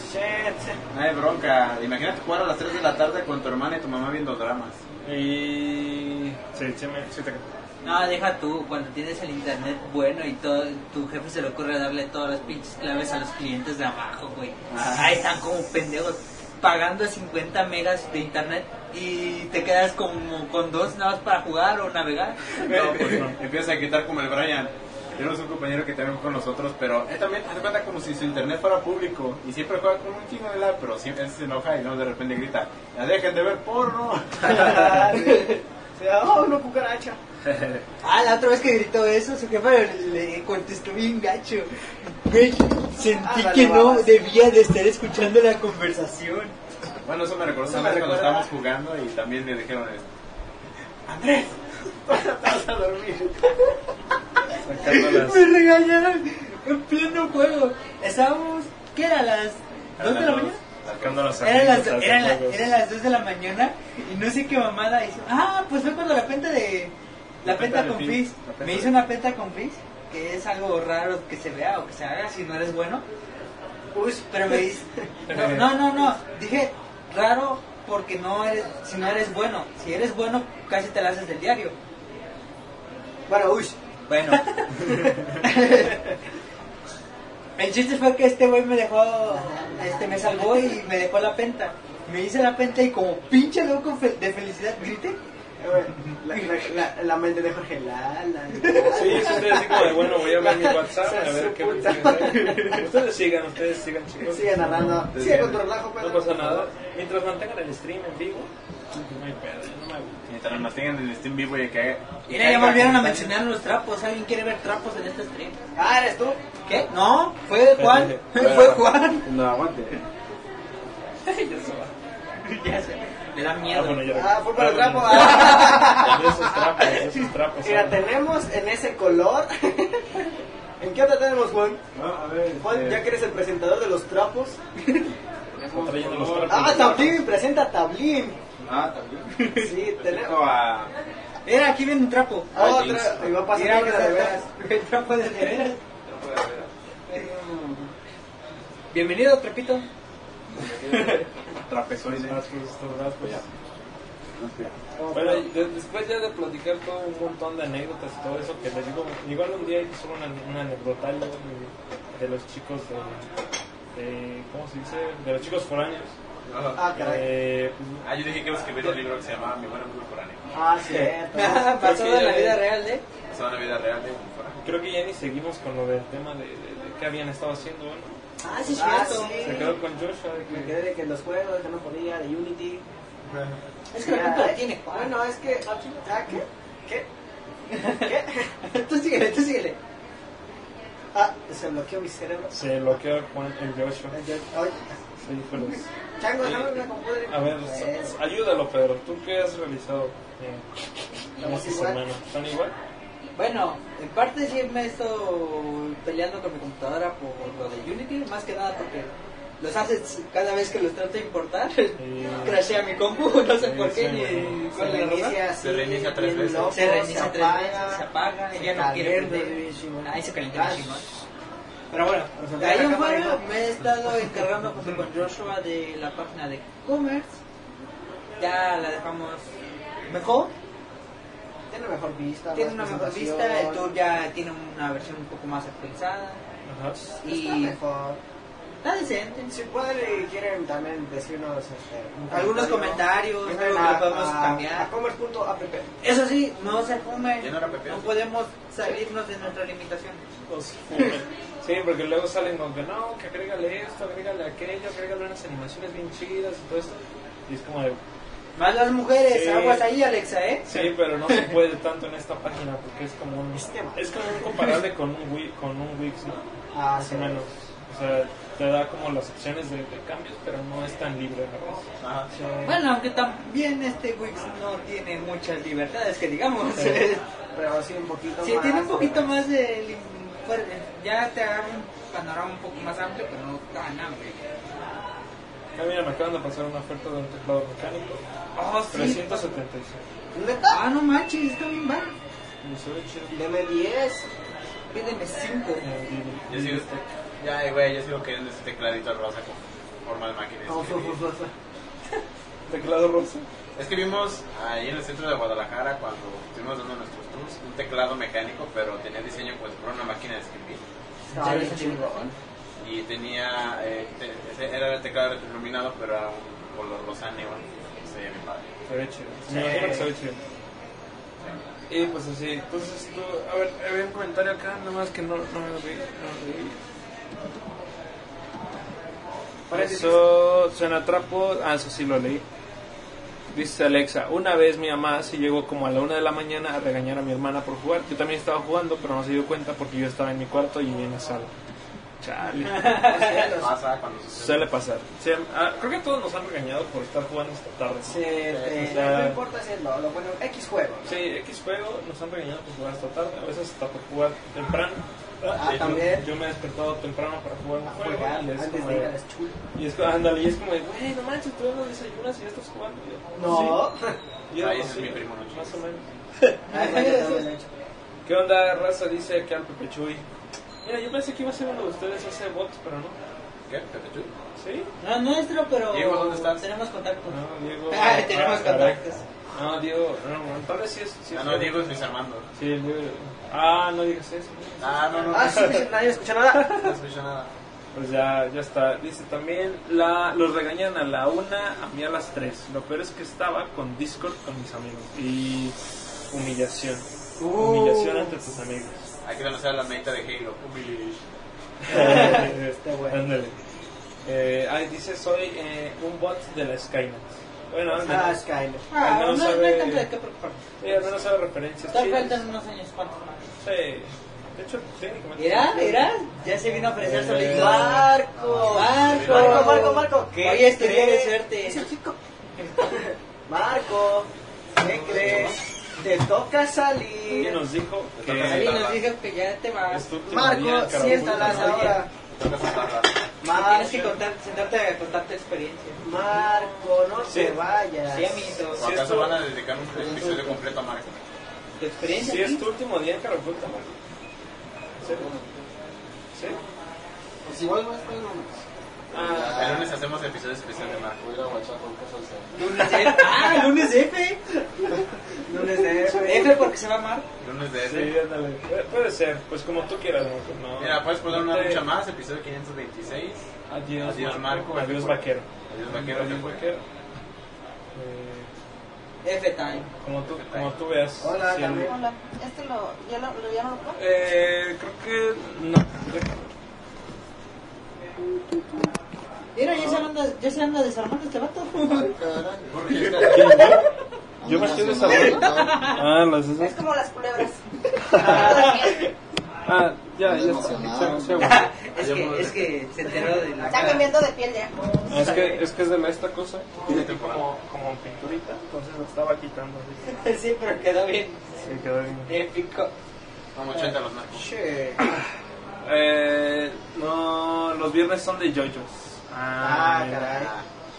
G: No hay bronca. Imagínate jugar a las 3 de la tarde con tu hermana y tu mamá viendo dramas.
B: Y... Sí, sí, me- sí te
A: No, deja tú, cuando tienes el internet bueno y todo, tu jefe se le ocurre darle todas las pinches claves a los clientes de abajo, güey. Ahí están como pendejos pagando 50 megas de internet y te quedas como con dos nada más para jugar o navegar.
B: No, pues no.
G: Empieza a quitar como el Brian. Tenemos un compañero que también con nosotros, pero él también hace cuenta como si su internet fuera público. Y siempre juega con un chingo de la, pero siempre él se enoja y no de repente grita, ya dejen de ver porno.
D: Ah, sí. Sí, Oh, una cucaracha.
A: Ah, la otra vez que gritó eso, su jefe le contestó bien gacho. Güey, sentí
D: Ah, vale,
A: que no
D: babas.
A: debía de estar escuchando la conversación.
G: Bueno, eso me recordó
D: Eso
G: una
D: me
G: vez
D: recuerda-
G: cuando estábamos jugando y también me dijeron esto. Andrés, te vas a dormir. Sacando las...
A: Me regañaron en pleno juego. Estábamos, ¿qué era? ¿Las 2 de la mañana?
G: Sacando las
A: Eran las,
G: anécdotas de
A: eran, la-
G: juegos.
A: eran las 2 de la mañana y no sé qué mamada hizo. Ah, pues fue cuando la penta de. La,
G: La
A: penta,
G: penta de
A: con
G: Fizz.
A: Fizz.
G: La penta
A: Me
G: de-
A: hizo una penta con Fizz, que es algo raro que se vea o que se haga si no eres bueno. Uy, pero me dice. No, no, no, no. Dije raro porque no eres, si no eres bueno. Si eres bueno, casi te la haces del diario.
D: Bueno, uy.
A: Bueno. El chiste fue que este güey me dejó, este me salvó y me dejó la penta. Me hice la penta y como pinche loco fe- de felicidad grité.
D: La, la, la, la mente de Jorge Lala.
B: Sí, es ustedes así como de, bueno, voy a ver mi WhatsApp, a ver qué
D: Puta.
B: mensaje. Ustedes sigan, ustedes sigan, chicos.
D: Sigue narrando. Sigue con tu relajo,
B: No pasa nada. Mientras mantengan el stream en vivo, no hay pedo, yo no me agüito.
G: Mientras nos tengan en el Steam vivo y que...
A: Mira, ya volvieron a mencionar los trapos. ¿Alguien quiere ver trapos en este stream?
D: Ah, eres tú.
A: ¿Qué? No, fue Juan. fue Juan.
G: No, aguante.
A: Ya sé, Me da
B: Ah,
A: miedo.
B: bueno, ya.
D: Ah, fue para el
B: Ah,
D: trapo.
B: bueno.
D: Ah.
B: Esos trapos, esos trapos.
D: Mira,
B: ah.
D: tenemos en ese color. ¿En qué otra tenemos, Juan?
G: No, a ver.
D: Juan,
B: este,
G: eh,
D: ya que eres el presentador de los trapos.
B: Están trayendo los trapos.
D: Ah, Tablín, presenta Tablín.
G: Ah, también.
D: Sí,
G: Tengo
D: tenemos.
G: a...
A: Mira, aquí viene un trapo.
G: Ay,
D: Otra. Y va a pasar
A: Mira,
D: por
A: que
D: la de veras.
A: El trapo de veras. Bienvenido, trapito.
G: Trapezoide.
B: Raspos, estos raspos.
G: Ok.
B: Bueno, y de- después ya de platicar todo un montón de anécdotas y todo eso, que les digo, igual un día hice una, una anecdotario de, de los chicos de, de- ¿cómo se dice? De los chicos foráneos.
D: Ah, caray.
B: Eh, pues,
G: Ah, yo dije que iba a escribir un libro que se llamaba Mi buen amigo foráneo.
D: Ah, cierto.
A: Pasado en la vida real, ¿eh?
G: Basado en la vida real de un foráneo.
B: creo que ya ni seguimos con lo del tema de, de- de qué habían estado haciendo, ¿no?
A: Ah, sí,
D: Ah,
A: cierto.
B: Se
D: sí.
B: quedó con Joshua. de
D: Me
B: que-
D: quedé de que los juegos, que no podía, de Unity.
A: Es que la culpa la
D: eh,
A: tiene Juan.
D: Bueno, es que. Ah, ¿qué? ¿Qué?
A: Tú síguele, tú síguele.
D: Ah, se bloqueó mi cerebro.
B: Se bloqueó Juan el Joshua.
D: Ay, yo- ay,
B: Sí, híjoles.
D: Chango, déjame una computadora.
B: A ver,
D: Eso.
B: so- ayúdalo Pedro, ¿tú qué has realizado eh, en
D: Estamos
B: esta
D: igual.
B: semana? ¿Están igual?
A: Bueno, en parte sí me he estado peleando con mi computadora por lo de Unity, más que nada porque los assets cada vez que los trato de importar, crashea mi compu, no sé
B: Sí,
A: por qué,
B: sí,
A: ni
B: bueno.
D: Se
A: cuál es la razón.
D: reinicia,
G: Se reinicia tres veces.
A: Se reinicia tres veces, se
D: apaga.
A: apaga,
D: se
A: ya no quiere
D: calienta,
A: prender.
D: bien chingón.
A: Ahí se calienta bien
D: Ah,
A: chingón. Pero bueno,
D: Pues,
A: de ahí en
D: acá
A: fuera
D: traigo.
A: me he estado encargando junto con Joshua de la página de e-commerce. Ya la dejamos mejor.
D: Tiene mejor vista.
A: Tiene una
D: más
A: mejor
D: presentación.
A: vista, el tour ya tiene una versión un poco más actualizada
B: Ajá.
A: y
D: Está mejor.
A: está decente.
D: Si pueden y quieren también decirnos este, un
A: Algunos
D: comentario,
A: comentarios,
D: entren
A: algo que podemos
D: a,
A: cambiar.
D: A commerce.app.
A: Eso sí, no se fume,
G: Ya no era Pepe.
A: no podemos salirnos de nuestra limitación.
B: Los fumen. Pues, eh, Sí, porque luego salen con que no, que agrégale esto, agrégale aquello, agrégale unas animaciones bien chidas y todo esto. Y es como de,
A: Más las mujeres,
B: Sí.
A: aguas ahí Alexa, ¿eh?
B: sí, pero no se puede tanto en esta página porque es como un, es como un comparable con un, Wi- con un Wix, ¿no?
D: Ah,
B: Más
D: sí.
B: o menos. O sea, te da como las opciones de, de cambios, pero no es tan libre, ¿no?
G: Ajá.
A: Bueno, aunque también este Wix no tiene muchas libertades, que digamos.
B: Sí.
D: Pero sí, un poquito
A: Si
D: más.
A: tiene un poquito más de... lim- fuerte, Ya te agarra un panorama un poco más amplio, pero no tan amplio.
B: Ah, mira, me acaban de pasar una oferta de un teclado mecánico.
A: Oh,
B: ¿Ah,
A: sí.
B: 375.
D: ¿Neta?
A: Ah, no manches, está bien barato.
B: Y se ve chido.
D: Deme 10.
A: Pídeme cinco.
B: Eh, y-
G: Yo sigo... Ya, eh, güey, yo sigo queriendo ese tecladito rosa con forma de máquina. de
D: Oh, fu,
G: escribir.
D: fu, fu, fu.
B: Teclado rosa.
G: Es que vimos ahí en el centro de Guadalajara cuando estuvimos dando nuestros tours un teclado mecánico, pero tenía diseño pues por una máquina de escribir.
D: Está bien chingón.
G: Y tenía, eh, te- ese era el teclado retroiluminado, pero era un color rosa neón. Se veía bien padre.
B: Se ve chido. Me imagino que se ve chido. Y pues así, entonces tú, a ver, había un comentario acá, nada más que no, no me lo vi, no me lo vi. Eso suena trapo, ah, eso sí lo leí. Dice Alexa, una vez mi mamá se llegó como a la una de la mañana a regañar a mi hermana por jugar. Yo también estaba jugando, pero no se dio cuenta porque yo estaba en mi cuarto y ella en la sala. Chale.
G: Pasa cuando
B: Suele pasar. Sí, ah, creo que todos nos han regañado por estar jugando esta tarde.
D: Se te-
B: O sea-
D: Este, no importa si es lo, lo bueno, X juego.
B: Sí, X juego nos han regañado por jugar hasta tarde, a veces hasta por jugar temprano.
D: Ah,
B: yo-
D: también.
B: Yo, me he despertado temprano para jugar un
D: A
B: juego.
D: jugar
B: y es
D: antes
B: como
D: de
B: de-
D: ir a este- las chulas.
B: y es, ándale, y es como de, güey, no manches, tú no desayunas y ya estás jugando. Y yo,
D: No.
B: sí. Y yo,
G: Ahí es
B: sí,
G: mi primo, ¿no?
B: Más o menos.
D: Ay, bueno, no lo he hecho.
B: ¿Qué onda, raza? Dice acá el Pepe Chuy. Mira, yo pensé que iba a ser uno de ustedes hace bots, pero no.
G: ¿Qué? ¿Pepe Chuy?
B: ¿Sí?
A: No, nuestro, pero.
G: Diego, ¿dónde estás?
A: Tenemos contacto.
B: No, Diego.
A: Ah, tenemos
B: caray.
A: contactos.
B: No, Diego, no, tal vez sí es. Sí es
G: Ah, no, Diego es Luis Armando.
B: Sí, el Diego. Ah, no digas eso.
G: Ah, no, no.
D: Ah, sí, nadie escucha nada.
G: No escucho nada.
B: Pues ya, ya está. Dice también, la, los regañan a la una, a mí a las tres. Lo peor es que estaba con Discord con mis amigos. Y humillación. Humillación ante tus amigos.
G: Hay que conocer a la meta de Halo. Humiliation.
B: Está
D: bueno.
B: Ándale. Eh, ay, dice, soy eh, un bot de la Skynet. Bueno,
D: Ah,
B: ándale.
D: Skyler.
A: Ah,
B: no
A: no, no
B: sabe-
A: hay tanto de qué preocuparnos.
B: Sí, al menos sabe referencias
A: Tal
B: chidas.
A: faltan unos años cuantos más.
B: Sí. De hecho, técnicamente...
A: Mirá, mirá, ya se vino a ofrecer sobre
B: Eh,
A: Marco. Marco,
D: Marco, Marco, Marco. ¿Qué
A: Hoy es tu día de
D: crees?
A: suerte.
D: Es el chico. Marco, ¿qué crees? Te toca
B: ¿Quién
D: salir.
B: nos dijo que...
A: Alguien
G: Marco.
A: nos dijo que ya te vas.
B: es tu último día en
D: Marco,
B: Carapulco,
D: siéntalas
B: ¿no?
D: ahora.
G: Toca sacarla.
A: Marco. Tienes que
D: Marco,
A: Ah, contar, sentarte a contar tu experiencia.
D: Marco, no
B: Sí.
D: te vayas.
A: Sí, amiguito.
G: ¿O acaso van a dedicar un episodio completo a Marco?
A: Tu experiencia.
B: Si es
A: aquí.
B: tu último día en Carapulta, Marco. ¿Sí? ¿Sí?
D: Pues igual vas con unos.
G: El lunes hacemos episodio especial de Marco.
A: Lunes F. Ah, lunes F.
D: Lunes de
A: F porque se va a amar.
G: Lunes de ese.
B: Sí, ándale. Pu- Puede ser, pues como tú quieras, Marco. No.
G: Mira, puedes poner
B: No
G: una
B: te-
G: lucha más, episodio 526.
B: Adiós,
G: Adiós, Marco.
B: Adiós, vaquero.
G: Adiós, vaquero.
B: Adiós,
G: te fue.
B: vaquero. Eh,
A: F time.
B: como, tú, como tú veas.
D: Hola,
B: Sí,
D: también.
I: Hola, ¿este lo, ya, lo, lo- ya no lo puedo?
B: Eh, creo que no.
A: Mira, ya se anda, ya se anda desarmando este vato.
G: ¿Por qué estás-
B: Yo me estoy desarrollando. Ah, las
I: Es como las culebras.
B: Ah, ya, ya está. Se- se-
A: es, que, es que se enteró de la
I: Están
A: cara.
I: cambiando de piel ya.
B: Ah, es, que, es que es de la- esta cosa.
G: Tiene
B: Aquí
G: temporada.
B: como, como pinturita, entonces lo estaba quitando. así.
A: Sí, pero quedó bien
B: Sí, quedó bien.
A: épico.
G: Como 80 los Marcos.
B: Eh, no, los viernes son de JoJo's.
D: Ah, caray.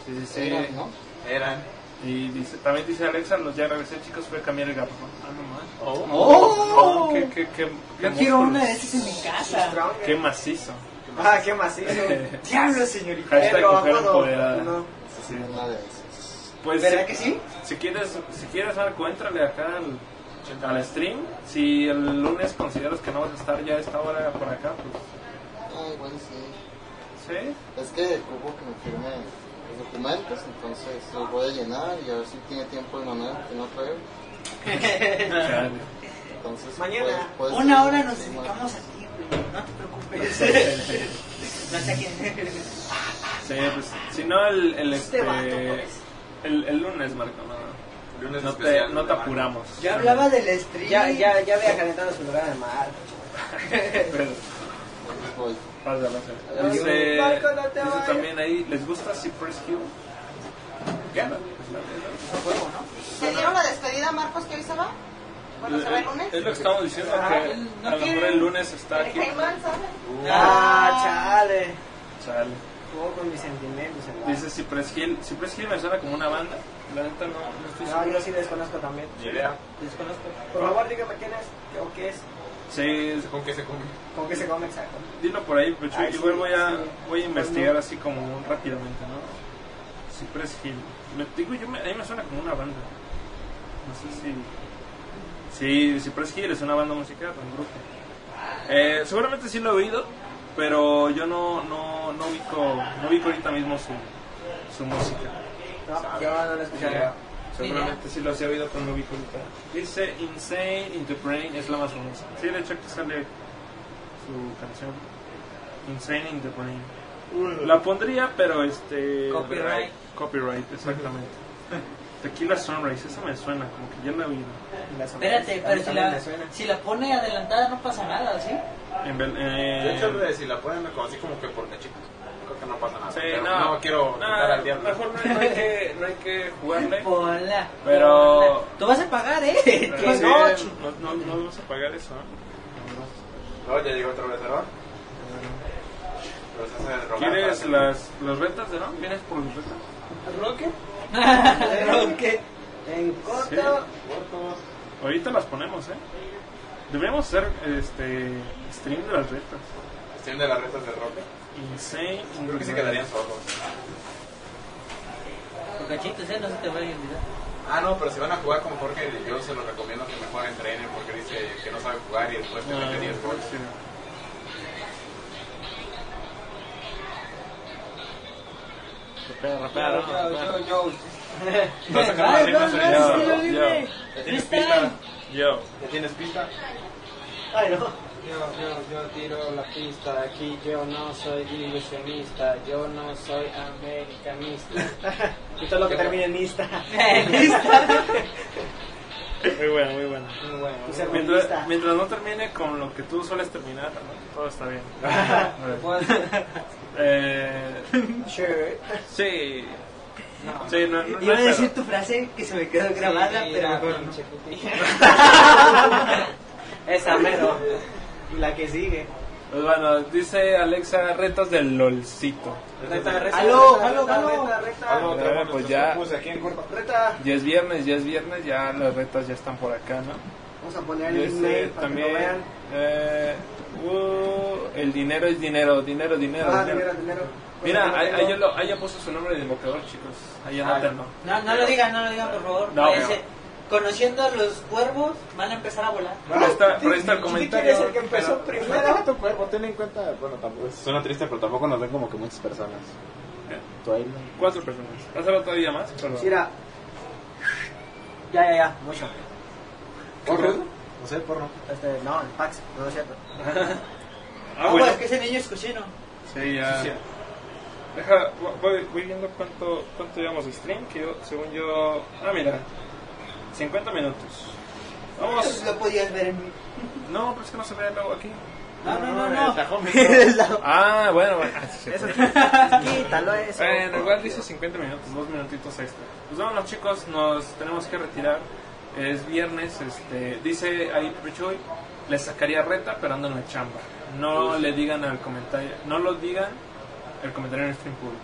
B: Sí, sí, sí.
G: Eran.
B: Y dice, también dice Alexa, los ya regresé chicos, fue a cambiar el garrafón. Ah, no más.
A: ¡Oh!
B: qué, qué, qué,
A: Yo
B: qué
A: quiero
B: monstruos.
A: una de esas en mi casa.
B: Qué macizo.
D: Ah, qué macizo.
A: Diablo, señorita.
B: Hashtag
D: Pero,
B: mujer
D: ¿cuándo?
B: empoderada.
D: No.
B: Sí. Pues,
A: ¿Verdad
B: si-
A: que sí?
B: Si quieres, si quieres Marco, entrale acá al,
G: 80
B: al stream. Si el lunes consideras que no vas a estar ya a esta hora por acá, pues...
J: Ah, igual sí.
B: ¿Sí?
J: Es que hubo que me firme los documentos, entonces los voy a llenar y a ver si tiene tiempo de mandar, que no creo.
B: Chale.
J: Entonces,
D: Mañana,
J: puede- puede
A: Una
J: ser
A: hora
J: la
A: nos
J: próxima.
A: dedicamos a ti, güey. No te preocupes. no sé quién.
B: Sí, pues, si no, el, el, este,
D: vato, pues.
B: el, el lunes, Marco, no,
G: Lunes
B: no te,
G: especial
B: no
G: de
B: te
G: Marco.
B: apuramos.
A: Yo hablaba del stream.
D: Ya, ya, ya había calentado su lugar de mar.
B: Pero,
J: Entonces, voy.
B: pasa, pasa. Dice,
D: Marco, no te
B: dice
D: vayas.
B: también ahí, ¿les gusta Cypress Hill? ¿Qué?
I: ¿Se dieron la despedida a Marcos que hoy se va? Bueno, se va el lunes.
B: Es lo que estamos diciendo, que
A: no
B: a lo mejor
A: quiere.
B: el lunes está
I: El
B: aquí.
I: Caimán, ¿sabes?
D: Ah, chale.
B: Chale.
D: Jugó con mis sentimientos en la-
B: Dice Cypress Hill. Cypress Hill me suena como una banda. La neta no, no estoy
D: No,
B: seguro.
D: Ah, yo sí desconozco también.
G: Ni idea.
A: Desconozco.
D: Por favor, dígame quién es qué- o qué es,
B: Sí, es-
G: ¿Con qué se come?
D: con qué se come exacto.
B: dilo por ahí, pero
D: Ay,
B: yo igual
D: sí,
B: voy a,
D: sí.
B: voy a investigar
D: Cuando-
B: así como un- rápidamente, ¿no? Cypress Hill. Me, digo, yo me- a mí me suena como una banda. No sé si... Sí, Cypress Hill es una banda musical, un grupo. Eh, seguramente sí lo he oído, pero yo no, no, no, ubico, no ubico ahorita mismo su, su música.
G: Ah,
D: No, yo no lo escuché.
B: Seguramente sí los he oído, pero no vi cuenta. Dice Insane in the Brain es la más famosa. Sí, de hecho que sale su canción. Insane in the Brain. La pondría, pero este.
A: Copyright.
B: Copyright, exactamente. Tequila Sunrise, esa me suena, como que ya la he oído.
A: Espérate, pero si la, si la pone adelantada no pasa nada, ¿sí?
B: En Bel- eh,
G: De hecho, de- si la pueden así como que porque chicos, creo que no pasa nada.
B: sí,
G: pero
B: no,
G: no, quiero
B: no,
G: matar al diablo.
B: Mejor no, no hay que, no hay que jugarle.
A: Ponla.
B: Pero-
A: ponla. Tú vas a pagar, ¿eh?
B: Pero
A: Que
B: sí,
A: no, ch-
B: no, no, no vamos a pagar eso. ¿eh?
G: No, ya llegó otro vencedor. Los hace rogar
B: ¿Quieres
G: para que-
B: las, las rentas de no? ¿Vienes por las rentas?
D: ¿Roque?
A: que-
D: En corto.
G: Cortos.
B: Ahorita las ponemos, ¿eh? Deberíamos hacer este stream de las rentas.
G: ¿Tienen de las retas de roque?
B: Insane. Ah,
G: Creo que se quedarían solos.
A: Cocachitos, ¿eh? No se te vaya a olvidar.
G: Ah, no, pero si van a jugar con Jorge, yo se los recomiendo que mejor entrenen porque dice que no sabe jugar y después te
B: Ah,
G: mete 10 goles.
B: sí.
H: Rapea, rapea, rapea, rapea.
G: No sacaron las
A: Ay, no,
G: rimas
A: no,
G: ahorita.
A: es que lo libre.
G: ¿Ya tienes pista?
A: Freestyle.
B: Yo.
G: ¿Ya tienes pista?
H: Ay, no.
D: Yo, yo, yo tiro la pista, aquí yo no soy ilusionista, yo no soy americanista. y todo lo que termine en ista.
B: Muy buena, muy buena.
D: Muy bueno, un sermonista.
B: Mientras, mientras no termine con lo que tú sueles terminar, ¿no? todo está bien. Eh,
D: Sure.
B: sí. Sí, no, no, no
E: Iba a
B: hay
E: decir
B: pedo.
E: tu frase que se me quedó grabada,
D: Sí,
E: pero
D: la
E: mejor no.
D: pinche putilla. Esa mero. Y la que sigue.
B: Pues bueno, dice Alexa, retas del LOLcito.
D: Reta, reta,
E: Aló,
D: reta,
E: aló,
D: reta,
E: aló.
D: reta, reta.
G: Ah, no, otra,
B: Eh,
G: bueno,
B: pues
G: entonces
B: ya.
G: puse aquí en corto. Reta.
B: Ya es viernes, ya es viernes, ya las retas ya están por acá, ¿no?
D: Vamos a poner el
B: Dice
D: email para que lo
B: este también...
D: vean.
B: eh, uh, el dinero es dinero, dinero, dinero.
D: Ah,
B: dinero.
D: dinero, dinero.
B: Mira, ahí- ahí
D: Dinero.
B: ya lo- ahí ya puso su nombre de invocador, chicos. Ahí
G: Ah,
B: anótenlo.
A: No, no lo digan, no lo digan, por favor.
B: No,
A: Váyanse.
B: pero-
A: Conociendo a los cuervos, van a empezar a volar.
B: Por ahí está, por ahí está el comentario.
D: ¿Quién es el que empezó
J: No
D: primero?
J: deja tu cuerpo, ten en cuenta, bueno, tampoco es-
G: Suena triste, pero tampoco nos ven como que muchas personas.
J: tu ahí, ¿no?
B: Cuatro personas. Pásalo todavía más. Perdón.
D: Mira. Ya, ya, ya, mucho.
G: ¿Porno? No sé, porno.
D: Este, no, el Pax, no es cierto.
B: Ah,
A: No,
B: bueno.
A: es que ese niño es cochino.
G: Sí, ya.
B: Sí, sí. Deja, voy, voy viendo cuánto, cuánto llevamos de stream, que yo, según yo... Ah, mira, 50 minutos. Vamos.
A: Lo podías ver en mí.
B: No, pero es que no se ve luego aquí.
A: No, no, no, no.
B: Ah, bueno, bueno. Ah, sí, sí.
D: Eso, quítalo eso.
B: Bueno, igual dice 50 minutos, dos minutitos extra. Pues vámonos chicos, nos tenemos que retirar. Es viernes, este, dice ahí Pichuy, le sacaría reta pero ando en la chamba. No le digan al comentario, no lo digan el comentario en el stream público.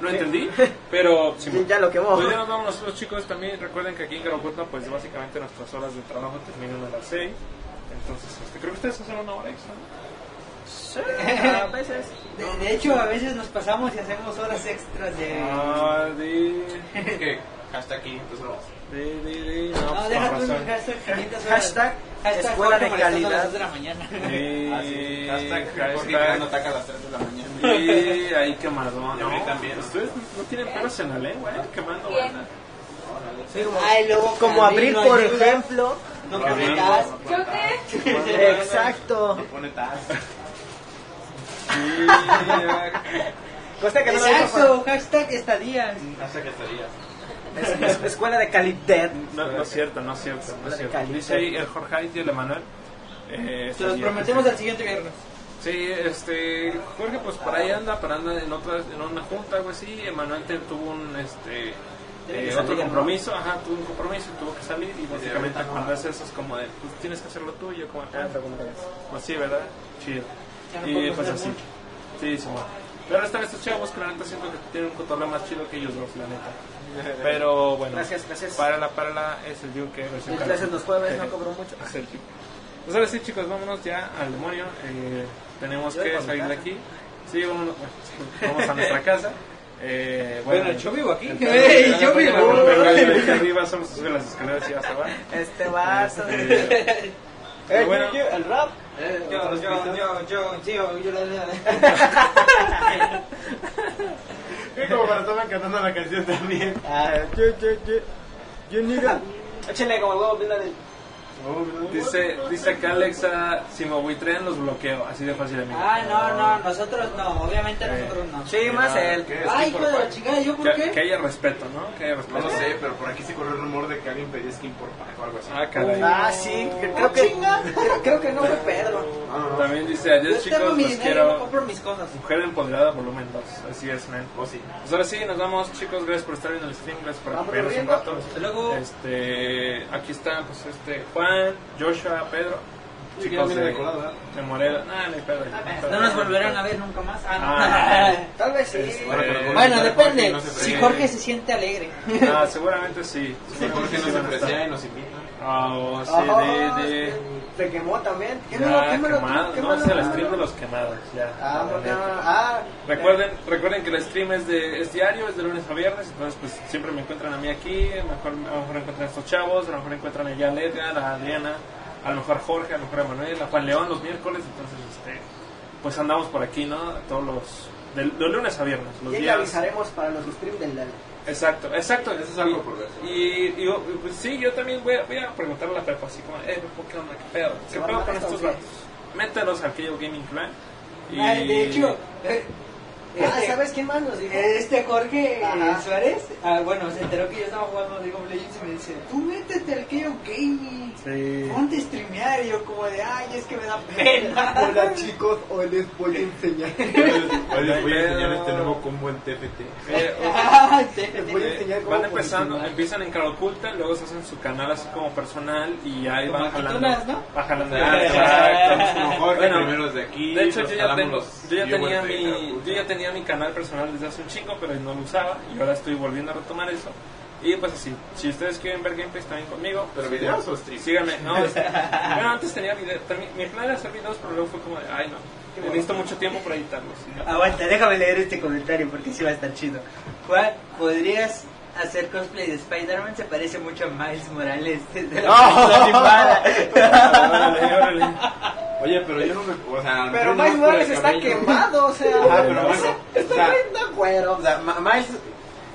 B: No entendí, pero
D: Sí, ya lo quemó.
B: pues ya nos vamos nosotros chicos, también recuerden que aquí en Caracuta pues básicamente nuestras horas de trabajo terminan a las 6. Entonces, este, creo que ustedes hacen una hora extra. ¿no?
D: A veces.
E: De, de hecho, a veces nos pasamos y hacemos horas extras
D: Eh,
E: de...
B: Ah, de...
G: Es que hasta aquí pues empezamos.
B: Di, di, di. No,
E: No,
B: pues,
E: deja
B: con
E: tú
B: razón.
E: el hashtag 500 horas.
D: Hashtag
E: Hashtag
D: escuela
E: Jorge
D: de
E: molestando a las
D: calidad.
E: dos de la mañana.
B: Sí,
G: Así, Ah, hashtag, Jorge Giraldo
B: hashtag.
G: ataca a las 3 de la mañana.
B: Sí, ahí quemado,
G: Y a mí
B: ¿no?
G: también.
B: Ustedes no tienen pelos en la lengua, ¿eh? Quemando
C: Bien.
B: banda.
A: Ay, luego
D: Como abrir,
A: Camilo
D: por
A: ayuda.
D: ejemplo.
A: No
G: Quemando,
A: comentas.
G: no pone
C: Choque.
B: Quemando
D: Exacto.
G: No pone tal.
B: banda.
D: Cosa que no lo dijo
A: Exacto, hashtag estadías.
G: Hasta que estaría.
D: Juan. Es- es- Escuela de calidad.
B: Sí. No, no es cierto, no es cierto, no es cierto.
D: Cali.
B: Dice ahí el Jorge y el Emanuel. Eh,
A: Se los
B: sí,
A: prometemos al siguiente viernes.
B: Sí, este, Jorge pues para ahí anda, pero anda en otra, en una junta, algo así, Emanuel te- tuvo un, este, eh, otro compromiso, ajá, tuvo un compromiso y tuvo que salir, y básicamente cuando haces eso es como de, pues tienes que hacerlo tú, y yo como, ah, pues sí, ¿verdad? Chido.
A: Ya no
B: Y
A: podemos
B: pues
A: hacer
B: así.
A: mucho.
B: Sí, sí, bueno. Pero esta vez estos chavos que la neta siento que tienen un cotorreo más chido que ellos dos, la neta. Pero bueno.
D: Gracias, gracias.
B: Párala, párala, es el Duke. versión
D: Mis clases los jueves, no
B: Cali.
D: cobro mucho.
B: Es el Duke. Pues ahora sí, chicos, vámonos ya al demonio. Eh, tenemos
D: Yo voy
B: que
D: para mi
B: salir de
D: casa.
B: aquí. Sí, vámonos, bueno, sí, vamos a nuestra casa. Eh, bueno,
E: Bueno, yo vivo aquí.
B: el-
E: Ey, yo
B: el- el-
E: vivo.
B: el- el- el- el- arriba somos subir las escaleras y hasta abajo.
D: Este vaso.
B: Eh, pero bueno,
D: el rap.
B: Eh,
E: Yo, yo, yo, yo, yo, yo, la- la- la-
G: Es como cuando estaban cantando la canción también.
D: Échale como el huevo, píndale.
B: Dice, dice acá Alexa, si me buitrean los bloqueo, así de fácil amigo.
A: Ah, no, no, nosotros no, obviamente nosotros no.
D: Sí, más él.
G: ¿Qué
A: Ay, hijo
G: Skin por
A: de la
G: Pack?
A: chingada, ¿yo por
B: Que, que
A: qué?
B: haya respeto, ¿no? Que haya respeto.
G: No lo sé, pero por aquí se corrió el rumor de que alguien pedía skin por pack o algo así.
B: Ah, caray.
D: Ah, sí, que- creo que, creo- creo que no fue Pedro.
G: No, no, no.
B: También dice, adiós
A: Yo tengo
B: chicos,
A: mi
B: los
A: dinero, yo
B: quiero.
A: compro mis cosas.
B: Mujer empoderada volumen 2. Así es, men.
G: O sí.
B: Pues ahora sí, nos vamos chicos, gracias por estar viendo el stream, gracias por acompañarnos un rato.
A: luego.
B: Este, aquí están pues este Juan, Joshua, Pedro,
G: Sí, ya
B: chicos
G: viene
B: de,
G: decorado, ¿verdad?
B: de Morelos. Nah, no hay pedo, no hay pedo.
A: No nos volverán a ver nunca más. Ah, no.
B: Ah.
D: Tal vez sí.
B: Este,
G: Bueno, pero
A: Bueno, depende.
G: no se
A: si
G: fríe.
A: Jorge se siente alegre.
B: Ah, seguramente sí.
G: Sí, porque
B: seguramente sí
G: no se
B: van a estar.
G: aprecia y nos invita.
B: Ah, oh, sí,
D: Ah,
B: de, de...
D: Se quemó también.
B: Ya,
D: Quémalo, quémalo,
B: quemados, no,
D: quémalo.
B: es el stream de los quemados, ya.
D: Ah,
B: la
D: porque no,
B: neta.
D: ah,
B: Recuerden, recuerden que el stream es, de, es diario, es de lunes a viernes, entonces pues siempre me encuentran a mí aquí, a lo mejor, a lo mejor encuentran a estos chavos, a lo mejor encuentran a Jan Edgar, a Adriana, a lo mejor a Jorge, a lo mejor a Manuel, a Juan León los miércoles, entonces este, pues andamos por aquí, ¿no? Todos los, de, de lunes a viernes, los
D: Ya le
B: días.
D: avisaremos para los streams del Lalo.
B: Exacto, exacto.
G: Eso es algo por ver.
B: Y, y yo, pues sí, yo también voy a, voy a preguntarle a Pepo así como, eh, Pepo, ¿qué onda? ¿Qué pedo?
D: ¿Se
B: ¿Qué
D: va a
B: pedo
D: armar
B: con
D: esto
B: estos
D: o qué?
B: datos? Mételos al Keyo Gaming Clan. Y...
A: Ah, de hecho, eh,
D: Ah,
A: este-
D: ¿sabes quién más nos dijo?
A: Este Jorge eh,
D: Ajá.
A: Suárez, ah, bueno, se enteró que yo estaba jugando League of Legends y me dice, tú métete al KO Gaming,
B: Sí.
A: ponte a streamear. Y yo como de, ay, es que me da pena.
D: Hola chicos, hoy les voy a enseñar.
G: Hoy les voy a
B: Pero-
G: enseñar este nuevo combo en TFT.
B: Eh,
A: Ay, te-
D: Les voy a enseñar cómo
B: van empezando,
D: funcionar.
B: empiezan en cara oculta, luego se hacen su canal así como personal y ahí
A: Como
B: van jalando.
A: Kitunas, ¿no?
B: Va jalando.
G: Ah, exacto. Es como Jorge,
B: Bueno,
G: primero desde aquí.
B: De hecho,
G: nos
B: yo ya,
G: jalamos
B: tengo-
G: los
B: yo ya tenía
G: viewers de
B: mi,
G: Caracol.
B: yo ya tenía mi canal personal desde hace un chingo, pero no lo usaba y ahora estoy volviendo a retomar eso. Y pues así, si ustedes quieren ver gameplays también conmigo,
G: ¿Pero videos o stream?
B: síganme. No, es- bueno, antes tenía videos, mi plan era hacer videos, pero luego fue como de, ay no, necesito mucho tiempo para editarlos.
E: Aguanta, déjame leer este comentario porque sí va a estar chido. Juan, ¿podrías hacer cosplay de Spider-Man? Se parece mucho a Miles Morales. De la animada.
B: Órale, órale.
G: Oye, pero yo no me. O sea,
D: Pero
G: yo nada
D: Miles
G: más por el
D: Morales está
G: cabello.
D: quemado, o sea.
G: Ajá, pero
D: o
G: Miles.
D: sea,
G: o
D: Está
G: sea,
D: viendo güero.
G: o sea, Ma- Miles.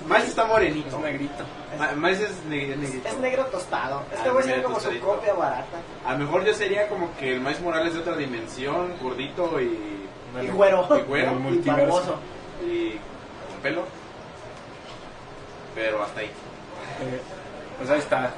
G: Miles está morenito.
B: Es negrito.
G: Ma- Miles es neg- negrito.
D: Es negro tostado. Este
G: Ah,
D: güey sería
G: mira,
D: como su
G: tostadito.
D: copia barata.
G: A lo mejor yo sería como que el Miles Morales de otra dimensión, gordito y.
D: Y güero.
G: Y güero.
B: El
D: Y
B: multiverso.
D: barboso.
G: y con pelo. Pero hasta ahí.
B: Eh, Pues ahí está.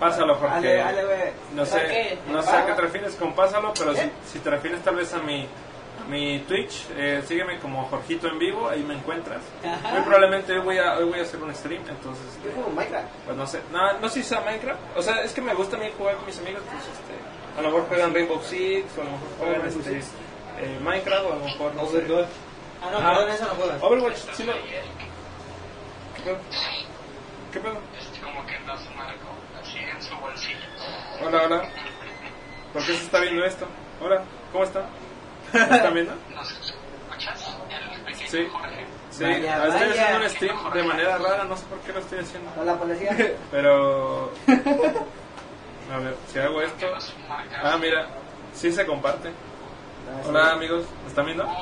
B: Pásalo, Jorge.
D: Ale, ale, güey.
B: No sé,
D: Jorge,
B: no sé a qué te refieres con pásalo, pero si,
D: ¿Eh?
B: si te refieres tal vez a mi, a mi Twitch, eh, sígueme como Jorgito en vivo, ahí me encuentras. Muy probablemente hoy voy a, hoy voy a hacer un stream, entonces,
D: Yo
B: este,
D: juego Minecraft.
B: pues no sé, no, no sé si sea Minecraft, o sea, es que me gusta a mí jugar con mis amigos, pues, este, a lo mejor juegan Rainbow Six, o a lo mejor juegan este, eh, Minecraft, o a lo mejor, no sé,
A: Ah, no,
B: Ah.
A: perdón, eso no juegas.
B: Overwatch, sí lo... ¿Qué pedo? ¿Qué pedo? Hola, hola. ¿Por qué se está viendo esto? Hola, ¿cómo está? ¿Me están viendo? Sí, sí. ah,
A: Vaya,
B: estoy
A: vaya.
B: haciendo un stream de manera rara, no sé por qué lo estoy haciendo.
D: Hola, policía.
B: Pero... A ver, si hago esto... Ah, mira, sí se comparte. Hola, amigos, ¿me están viendo? Sí.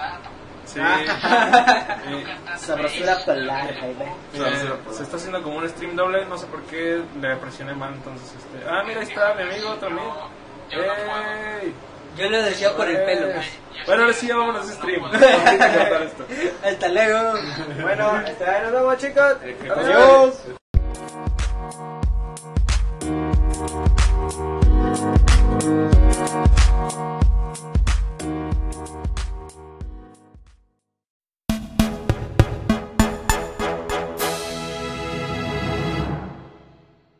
B: Sí.
D: Sabrosura polar, baby.
B: Eh, se está haciendo como un stream doble, no sé por qué le presioné mal entonces. Este... Ah, mira, ahí está mi amigo también. ¡Ey!
A: Yo lo decía por el pelo. pues.
B: Bueno, ahora sí ya vámonos a ese stream. Ahorita cortar esto.
A: Hasta luego.
D: Bueno, este, ahí nos vemos, chicos.
B: Eh, que-
D: Adiós.